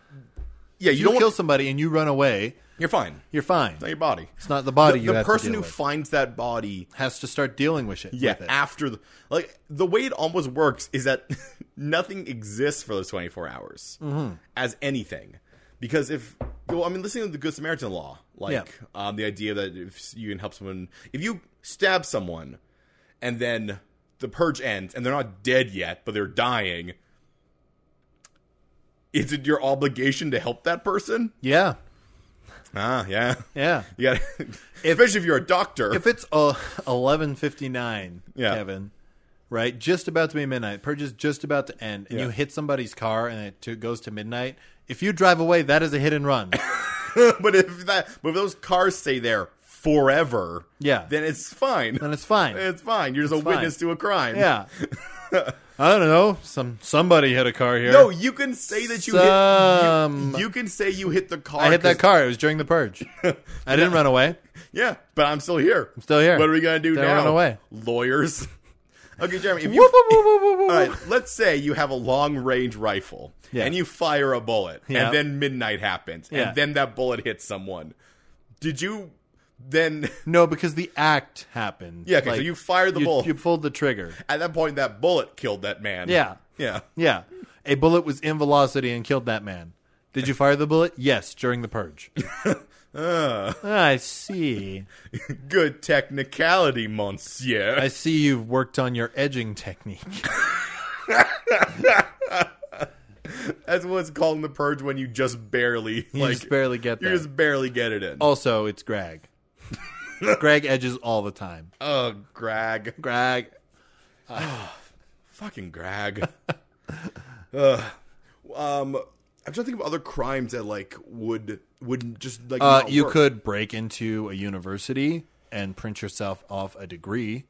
C: yeah, you,
B: You,
C: don't
B: kill
C: want,
B: somebody and you run away,
C: you're fine.
B: you're fine.
C: Not your body.
B: It's not the body you
C: the
B: have
C: person
B: to deal
C: who
B: with.
C: finds that body
B: has to start dealing with it.
C: yeah
B: with it.
C: after the like the way it almost works is that nothing exists for those 24 hours
B: Mm-hmm.
C: as anything because if well i mean listening to the good samaritan law like
B: Yeah.
C: um, the idea that if you can help someone if you stab someone and then the purge ends and they're not dead yet but they're dying is it your obligation to help that person
B: Yeah.
C: ah yeah
B: Yeah.
C: you gotta, especially if you're a doctor
B: if it's uh, 11:59,
C: Yeah.
B: Kevin, right? Just about to be midnight. Purge is just about to end and
C: Yeah.
B: you hit somebody's car and it to, goes to midnight. If you drive away, that is a hit and run.
C: but if that, but if those cars stay there forever,
B: Yeah.
C: then it's fine.
B: then it's fine.
C: It's fine. You're just a
B: fine.
C: witness to a crime.
B: yeah. I don't know. Some somebody hit a car here.
C: No, you can say that you hit.
B: Some-
C: You, you can say you hit the car.
B: I hit that
C: 'cause-
B: car. It was during the purge. I didn't run away.
C: Yeah, but I'm still here. I'm
B: still here.
C: What are we gonna do
B: They
C: now?
B: ran away.
C: Lawyers. Okay, Jeremy. If
B: Whoop,
C: you,
B: whoop, whoop, whoop, whoop,
C: all
B: whoop.
C: right, let's say you have a long range rifle
B: Yeah.
C: and you fire a bullet,
B: Yeah.
C: and then midnight happens,
B: Yeah.
C: and then that bullet hits someone. Did you then?
B: No, because the act happened.
C: Yeah, okay, so you fired the
B: you,
C: bullet.
B: You pulled the trigger.
C: At that point, that bullet killed that man.
B: Yeah.
C: Yeah.
B: Yeah. A bullet was in velocity and killed that man. Did you fire the bullet? Yes, during the purge. I see.
C: Good technicality, monsieur.
B: I see you've worked on your edging technique.
C: That's what it's called in the purge when you just barely
B: You
C: like
B: just barely get
C: you
B: that.
C: just barely get it in. Oh,
B: Also, it's Greg. Greg edges all the time.
C: Oh, Greg.
B: Uh, Greg.
C: Fucking Greg. Ugh. Um I'm trying to think of other crimes that like would would just like
B: Uh,
C: not
B: you
C: work.
B: could break into a university and print yourself off a degree.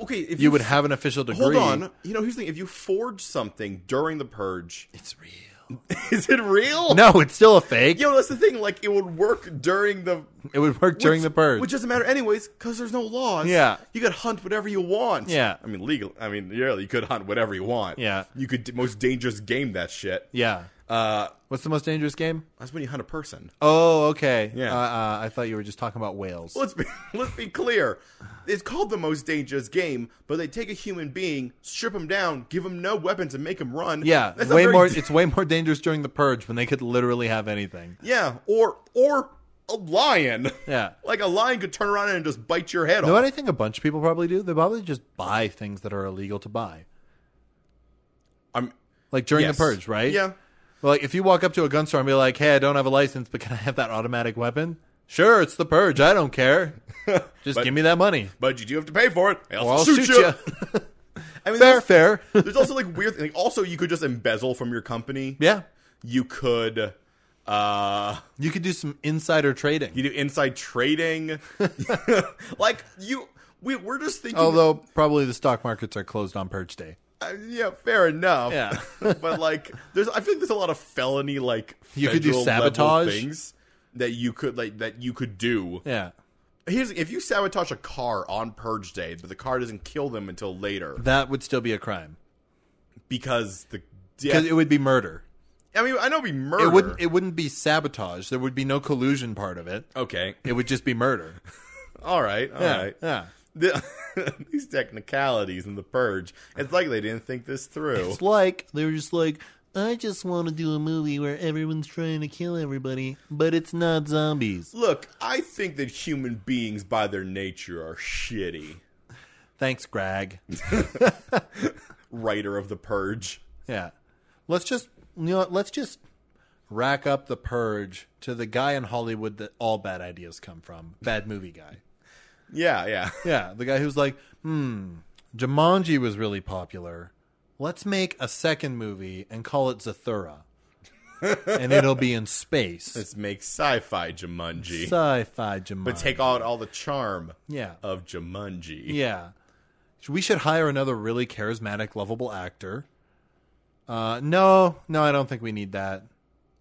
C: Okay, if
B: You would have an official degree.
C: hold on. You know, here's the thing, if you forge something during the purge,
B: It's real.
C: Is it real?
B: No, it's still a fake.
C: Yo, that's the thing. Like, it would work during the
B: It would work during
C: which-
B: the purge.
C: which doesn't matter anyways because there's no laws.
B: Yeah.
C: you could hunt whatever you want.
B: Yeah.
C: I mean legal. I mean, yeah, you could hunt whatever you want.
B: Yeah.
C: you could d- most dangerous game that shit.
B: yeah.
C: Uh,
B: What's the most dangerous game?
C: that's when you hunt a person.
B: Oh, okay.
C: Yeah.
B: Uh, uh, I thought you were just talking about whales.
C: Let's be let's be clear. It's called the most dangerous game, but they take a human being, strip him down, give him no weapons, and make him run.
B: Yeah,
C: That's not
B: way
C: very
B: more.
C: d-
B: It's way more dangerous during the purge when they could literally have anything.
C: yeah, or or a lion.
B: Yeah.
C: like a lion could turn around and just bite your head
B: You know
C: off.
B: what I think a bunch of people probably do? They probably just buy things that are illegal to buy,
C: I'm
B: like during
C: yes.
B: the purge, right?
C: Yeah.
B: Like if you walk up to a gun store and be like, "Hey, I don't have a license, but can I have that automatic weapon?" Sure, it's the purge. I don't care. Just give me that money,
C: But you do have to pay for it. Else
B: or I'll
C: shoot,
B: shoot,
C: you.
B: you.
C: I
B: fair,
C: mean, there's,
B: fair.
C: there's also like weird. Like, also, you could just embezzel from your company.
B: yeah,
C: You could, uh,
B: you could do some insider trading.
C: you do inside trading. like you, we we're just thinking.
B: Although probably the stock markets are closed on purge day.
C: uh, yeah, fair enough.
B: Yeah.
C: but like, there's I feel like there's a lot of felony like
B: You could do
C: federal level
B: sabotage.
C: things that you could like that you could do.
B: Yeah,
C: Here's if you sabotage a car on purge day, but the car doesn't kill them until later
B: that would still be a crime
C: because the
B: because
C: death.
B: it would be murder.
C: I mean, I know it'd be murder.
B: It wouldn't. It wouldn't be sabotage. There would be no collusion part of it.
C: okay.
B: It would just be murder.
C: All right. all right.
B: yeah, yeah.
C: The- these technicalities in the purge it's like they didn't think this through
B: It's like they were just like, I just want to do a movie where everyone's trying to kill everybody, but it's not zombies.
C: look i think that human beings by their nature are shitty
B: Thanks, Greg.
C: writer of the purge
B: Yeah, let's just you know, what, let's just rack up the purge to the guy in Hollywood that all bad ideas come from. Bad movie guy.
C: yeah yeah
B: Yeah, the guy who's like, hmm, Jumanji was really popular. Let's make a second movie and call it Zathura. and it'll be in space.
C: let's make sci-fi jumanji
B: Sci fi Jumanji.
C: but take out all the charm
B: yeah.
C: of jumanji
B: Yeah. We should hire another really charismatic, lovable actor. Uh, no, no, I don't think we need that.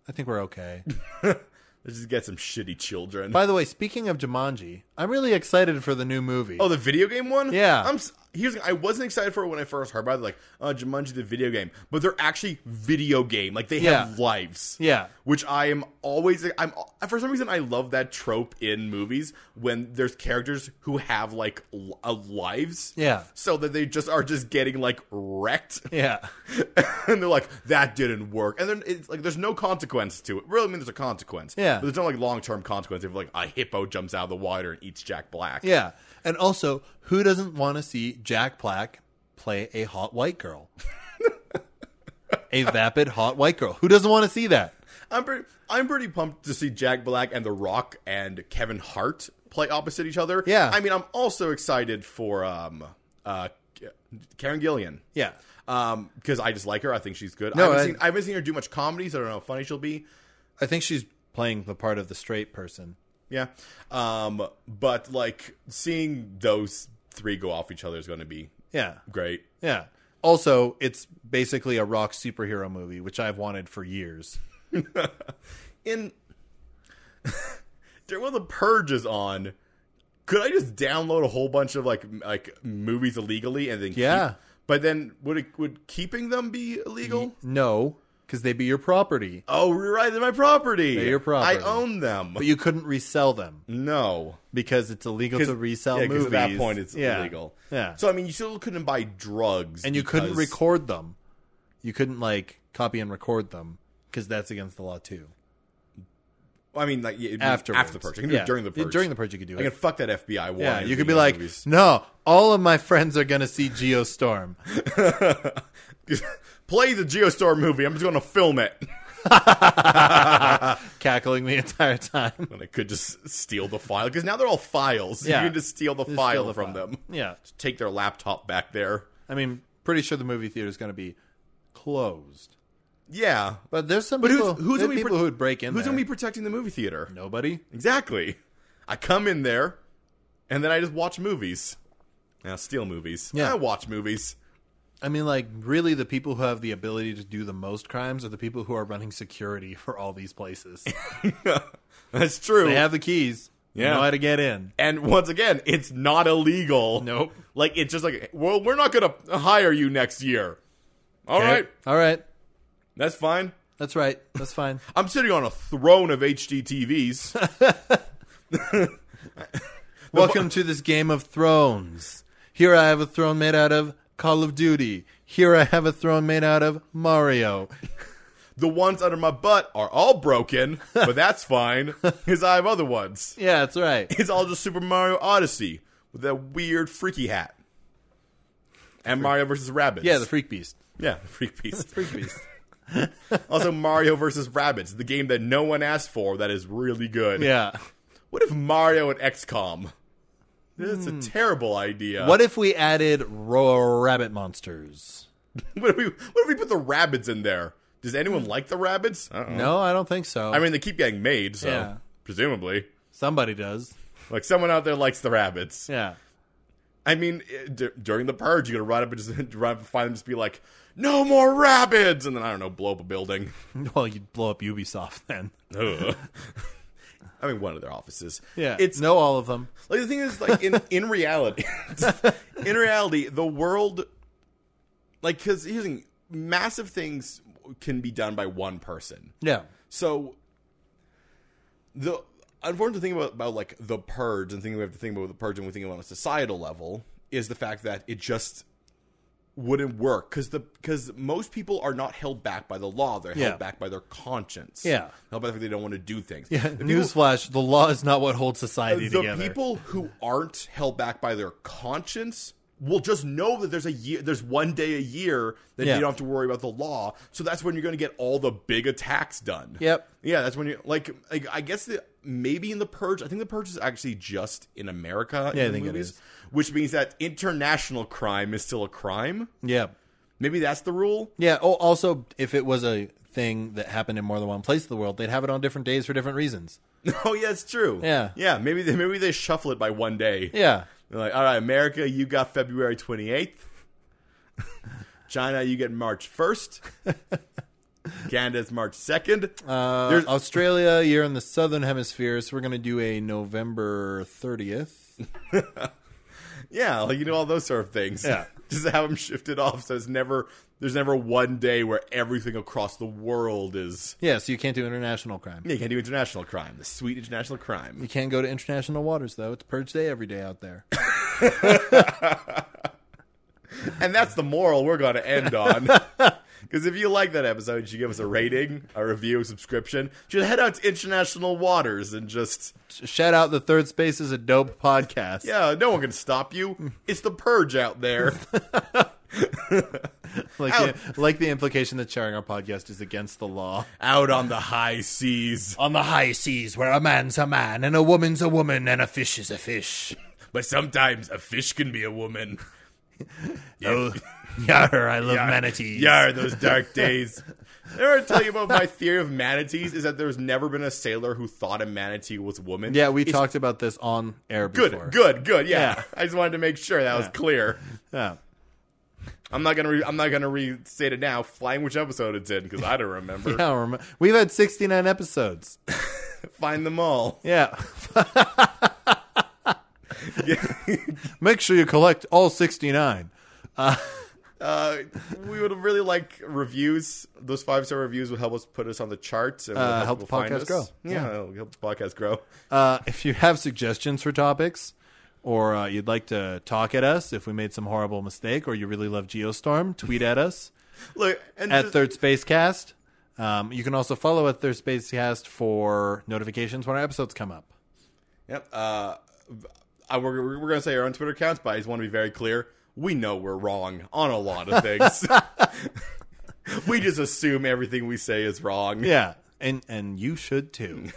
B: I think we're okay.
C: let's just get some shitty children
B: By the way, speaking of Jumanji, I'm really excited for the new movie.
C: oh the video game one
B: Yeah.
C: i'm s- Here's, I wasn't excited for it when I first heard about it, like uh, Jumanji the video game, but they're actually video game, like they have
B: Yeah.
C: lives.
B: yeah.
C: which I am always I'm for some reason I love that trope in movies when there's characters who have like l- uh, lives.
B: Yeah.
C: So that they just are just getting like wrecked,
B: Yeah.
C: and they're like, "That didn't work," and then it's like there's no consequence to it. Really, I mean, there's a consequence,
B: Yeah.
C: But there's no like long term consequence if like a hippo jumps out of the water and eats Jack Black.
B: Yeah. And also, who doesn't want to see Jack Black play a hot white girl? a vapid hot white girl. Who doesn't want to see that?
C: I'm pretty I'm pretty pumped to see Jack Black and The Rock and Kevin Hart play opposite each other.
B: Yeah.
C: I mean, I'm also excited for um uh K- Karen Gillian.
B: Yeah.
C: Um, because I just like her. I think she's good.
B: No,
C: I, haven't
B: I-
C: seen, I haven't seen her do much comedy, so I don't know how funny she'll be.
B: I think she's playing the part of the straight person.
C: Yeah. Um, but like seeing those three go off each other is going to be
B: Yeah.
C: great.
B: Yeah. Also, it's basically a rock superhero movie, which I've wanted for years.
C: In during when the purge is on, could I just download a whole bunch of like m- like movies illegally and then keep-
B: Yeah.
C: but then would it would keeping them be illegal?
B: No, because they'd be your property,
C: Oh, you're right. They're my property.
B: They're your property.
C: I own them.
B: but you couldn't resell them
C: no.
B: because it's illegal to resell
C: yeah, 'cause
B: movies.
C: At that point, it's
B: Yeah.
C: illegal.
B: Yeah.
C: So I mean, you still couldn't buy drugs,
B: and you couldn't
C: because-
B: record them. You couldn't like copy and record them because that's against the law too.
C: I mean, like yeah, after
B: After
C: after the purge, I can do it during the purge.
B: during the purge, you could do
C: I can
B: it.
C: fuck that FBI. warrant
B: Yeah,
C: and
B: you could be
C: everything in
B: like,
C: movies.
B: no, all of my friends are gonna see Geostorm.
C: play the Geostorm movie. I'm just going to film it,
B: cackling the entire time.
C: and I could just steal the file because now they're all files.
B: Yeah.
C: You can just steal the
B: Just
C: file
B: steal the
C: from
B: file.
C: them.
B: Yeah,
C: Just take their laptop back there.
B: I mean, pretty sure the movie theater is gonna be closed,
C: Yeah,
B: but there's some
C: But who's-
B: people,
C: who's
B: there's
C: gonna be
B: people
C: pro-
B: who would break in.
C: who's
B: there.
C: going to be protecting the movie theater?
B: nobody?
C: Exactly. I come in there, and then I just watch movies. Now steal movies.
B: Yeah.
C: I watch movies.
B: I mean, like, really, the people who have the ability to do the most crimes are the people who are running security for all these places.
C: That's true.
B: they have the keys. They
C: Yeah.
B: know how to get in.
C: and once again, it's not illegal.
B: Nope.
C: Like it's just like, well, we're not gonna hire you next year. All right,
B: All right.
C: that's fine.
B: That's right. That's fine.
C: I'm sitting on a throne of HDTVs.
B: Welcome to this game of thrones. Here I have a throne made out of Call of Duty. Here I have a throne made out of Mario.
C: the ones under my butt are all broken, but that's fine because I have other ones.
B: Yeah, that's right.
C: It's all just Super Mario Odyssey with that weird freaky hat. And Mario versus Rabbits.
B: Yeah, the Freak Beast.
C: yeah, the freak piece.
B: Freak Beast.
C: also, Mario versus Rabbits, the game that no one asked for that is really good.
B: Yeah.
C: What if Mario and XCOM? That's a terrible idea.
B: Hmm. What if we added ro- rabbit monsters?
C: What if we what if we put the rabbits in there? Does anyone like the rabbits? I don't know.
B: No, I don't think so.
C: I mean, they keep getting made, so
B: Yeah.
C: presumably,
B: somebody does.
C: like someone out there likes the rabbits.
B: Yeah.
C: I mean, it- d- during the purge, you're gonna run up and just run up and find them, just be like, "No more rabbits!" And then I don't know, blow up a building.
B: Well, you'd blow up Ubisoft then.
C: Ugh. I mean, one of their offices.
B: Yeah.
C: it's
B: no all of them.
C: Like the thing is, like in in reality, in reality, the world, like, because here's the thing, massive things can be done by one person.
B: Yeah.
C: So the unfortunate thing about, about like the purge and thing we have to think about the purge and we think about on a societal level is the fact that it just wouldn't work because the because most people are not held back by the law they're
B: Yeah.
C: held back by their conscience
B: Yeah.
C: held by the fact they don't want to do things
B: Yeah.
C: The people-
B: Newsflash, the law is not what holds society
C: the
B: together.
C: people who aren't held back by their conscience will just know that there's a year there's one day a year that
B: Yeah.
C: you don't have to worry about the law so that's when you're going to get all the big attacks done
B: Yep.
C: yeah that's when you like like, i guess that maybe in the purge i think the purge is actually just in america in
B: Yeah, I
C: the
B: think it
C: movies,
B: is.
C: which means that international crime is still a crime
B: yeah.
C: maybe that's the rule
B: Yeah. Oh, also, if it was a thing that happened in more than one place of the world, they'd have it on different days for different reasons.
C: oh yeah it's true
B: Yeah.
C: yeah maybe they maybe they shuffle it by one day
B: Yeah.
C: They're like, all right, America, you got February 28th. China, you get March 1st. Canada's March 2nd.
B: Uh,
C: There's-
B: Australia, you're in the southern hemisphere, so we're going to do a November 30th.
C: yeah, like, you know, all those sort of things.
B: Yeah.
C: Just have them shifted off so it's never, there's never one day where everything across the world is.
B: Yeah, so you can't do international crime.
C: Yeah, you can't do international crime, the sweet international crime.
B: You can't go to international waters, though. It's purge day every day out there.
C: And that's the moral we're going to end on. Because if you like that episode, you should give us a rating, a review, a subscription. You should head out to international waters and just.
B: Shout out the Third Space is a dope podcast.
C: Yeah, no one can stop you. It's the purge out there.
B: like, the, like the implication that sharing our podcast is against the law.
C: out on the high seas.
B: On the high seas, where a man's a man, and a woman's a woman, and a fish is a fish.
C: But sometimes a fish can be a woman.
B: Oh, yar, I love manatees.
C: Yar, those dark days. Did I ever tell you about my theory of manatees? Is that there's never been a sailor who thought a manatee was a woman.
B: Yeah, we
C: It's
B: talked about this on air
C: Good,
B: before.
C: good, good. Yeah.
B: Yeah.
C: I just wanted to make sure that was clear.
B: Yeah.
C: I'm not gonna. Re- I'm not gonna restate it now. Flying which episode it's in because I don't remember.
B: Yeah, I remember- we've had 69 episodes.
C: Find them all.
B: Yeah. Make sure you collect all 69.
C: Uh, we would really like reviews. Those five star reviews would help us put us on the charts and
B: Uh, help
C: people
B: the podcast
C: find us.
B: grow.
C: Yeah, it'll help the podcast grow.
B: Uh, if you have suggestions for topics, or uh, you'd like to talk at us if we made some horrible mistake, or you really love Geostorm, tweet at us
C: Look, and
B: at
C: just-
B: Third Space Cast. Um, you can also follow at Third Space Cast for notifications when our episodes come up.
C: yep, uh, I, we're, we're gonna say our own Twitter accounts, but I just want to be very clear. We know we're wrong on a lot of things. we just assume everything we say is wrong.
B: Yeah, and and you should too.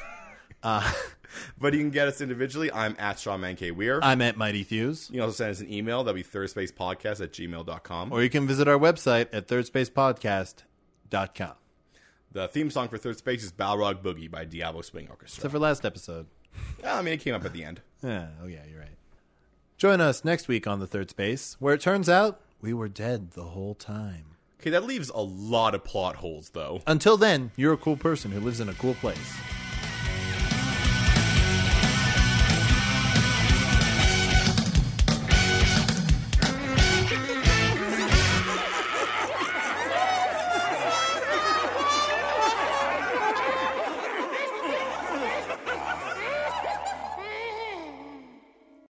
C: But you can get us individually. I'm at Strawman K. Weir.
B: I'm at Mighty Thews,
C: you can also send us an email. That'll be thirdspacepodcast at gmail.com.
B: or you can visit our website at thirdspacepodcast.com.
C: The theme song for Third Space is Balrog Boogie by Diablo Swing Orchestra.
B: Except for last episode.
C: I mean, it came up at the end.
B: Yeah, oh yeah, you're right. Join us next week on The Third Space, where it turns out We were dead the whole time.
C: Okay, that leaves a lot of plot holes, though.
B: Until then, you're a cool person who lives in a cool place.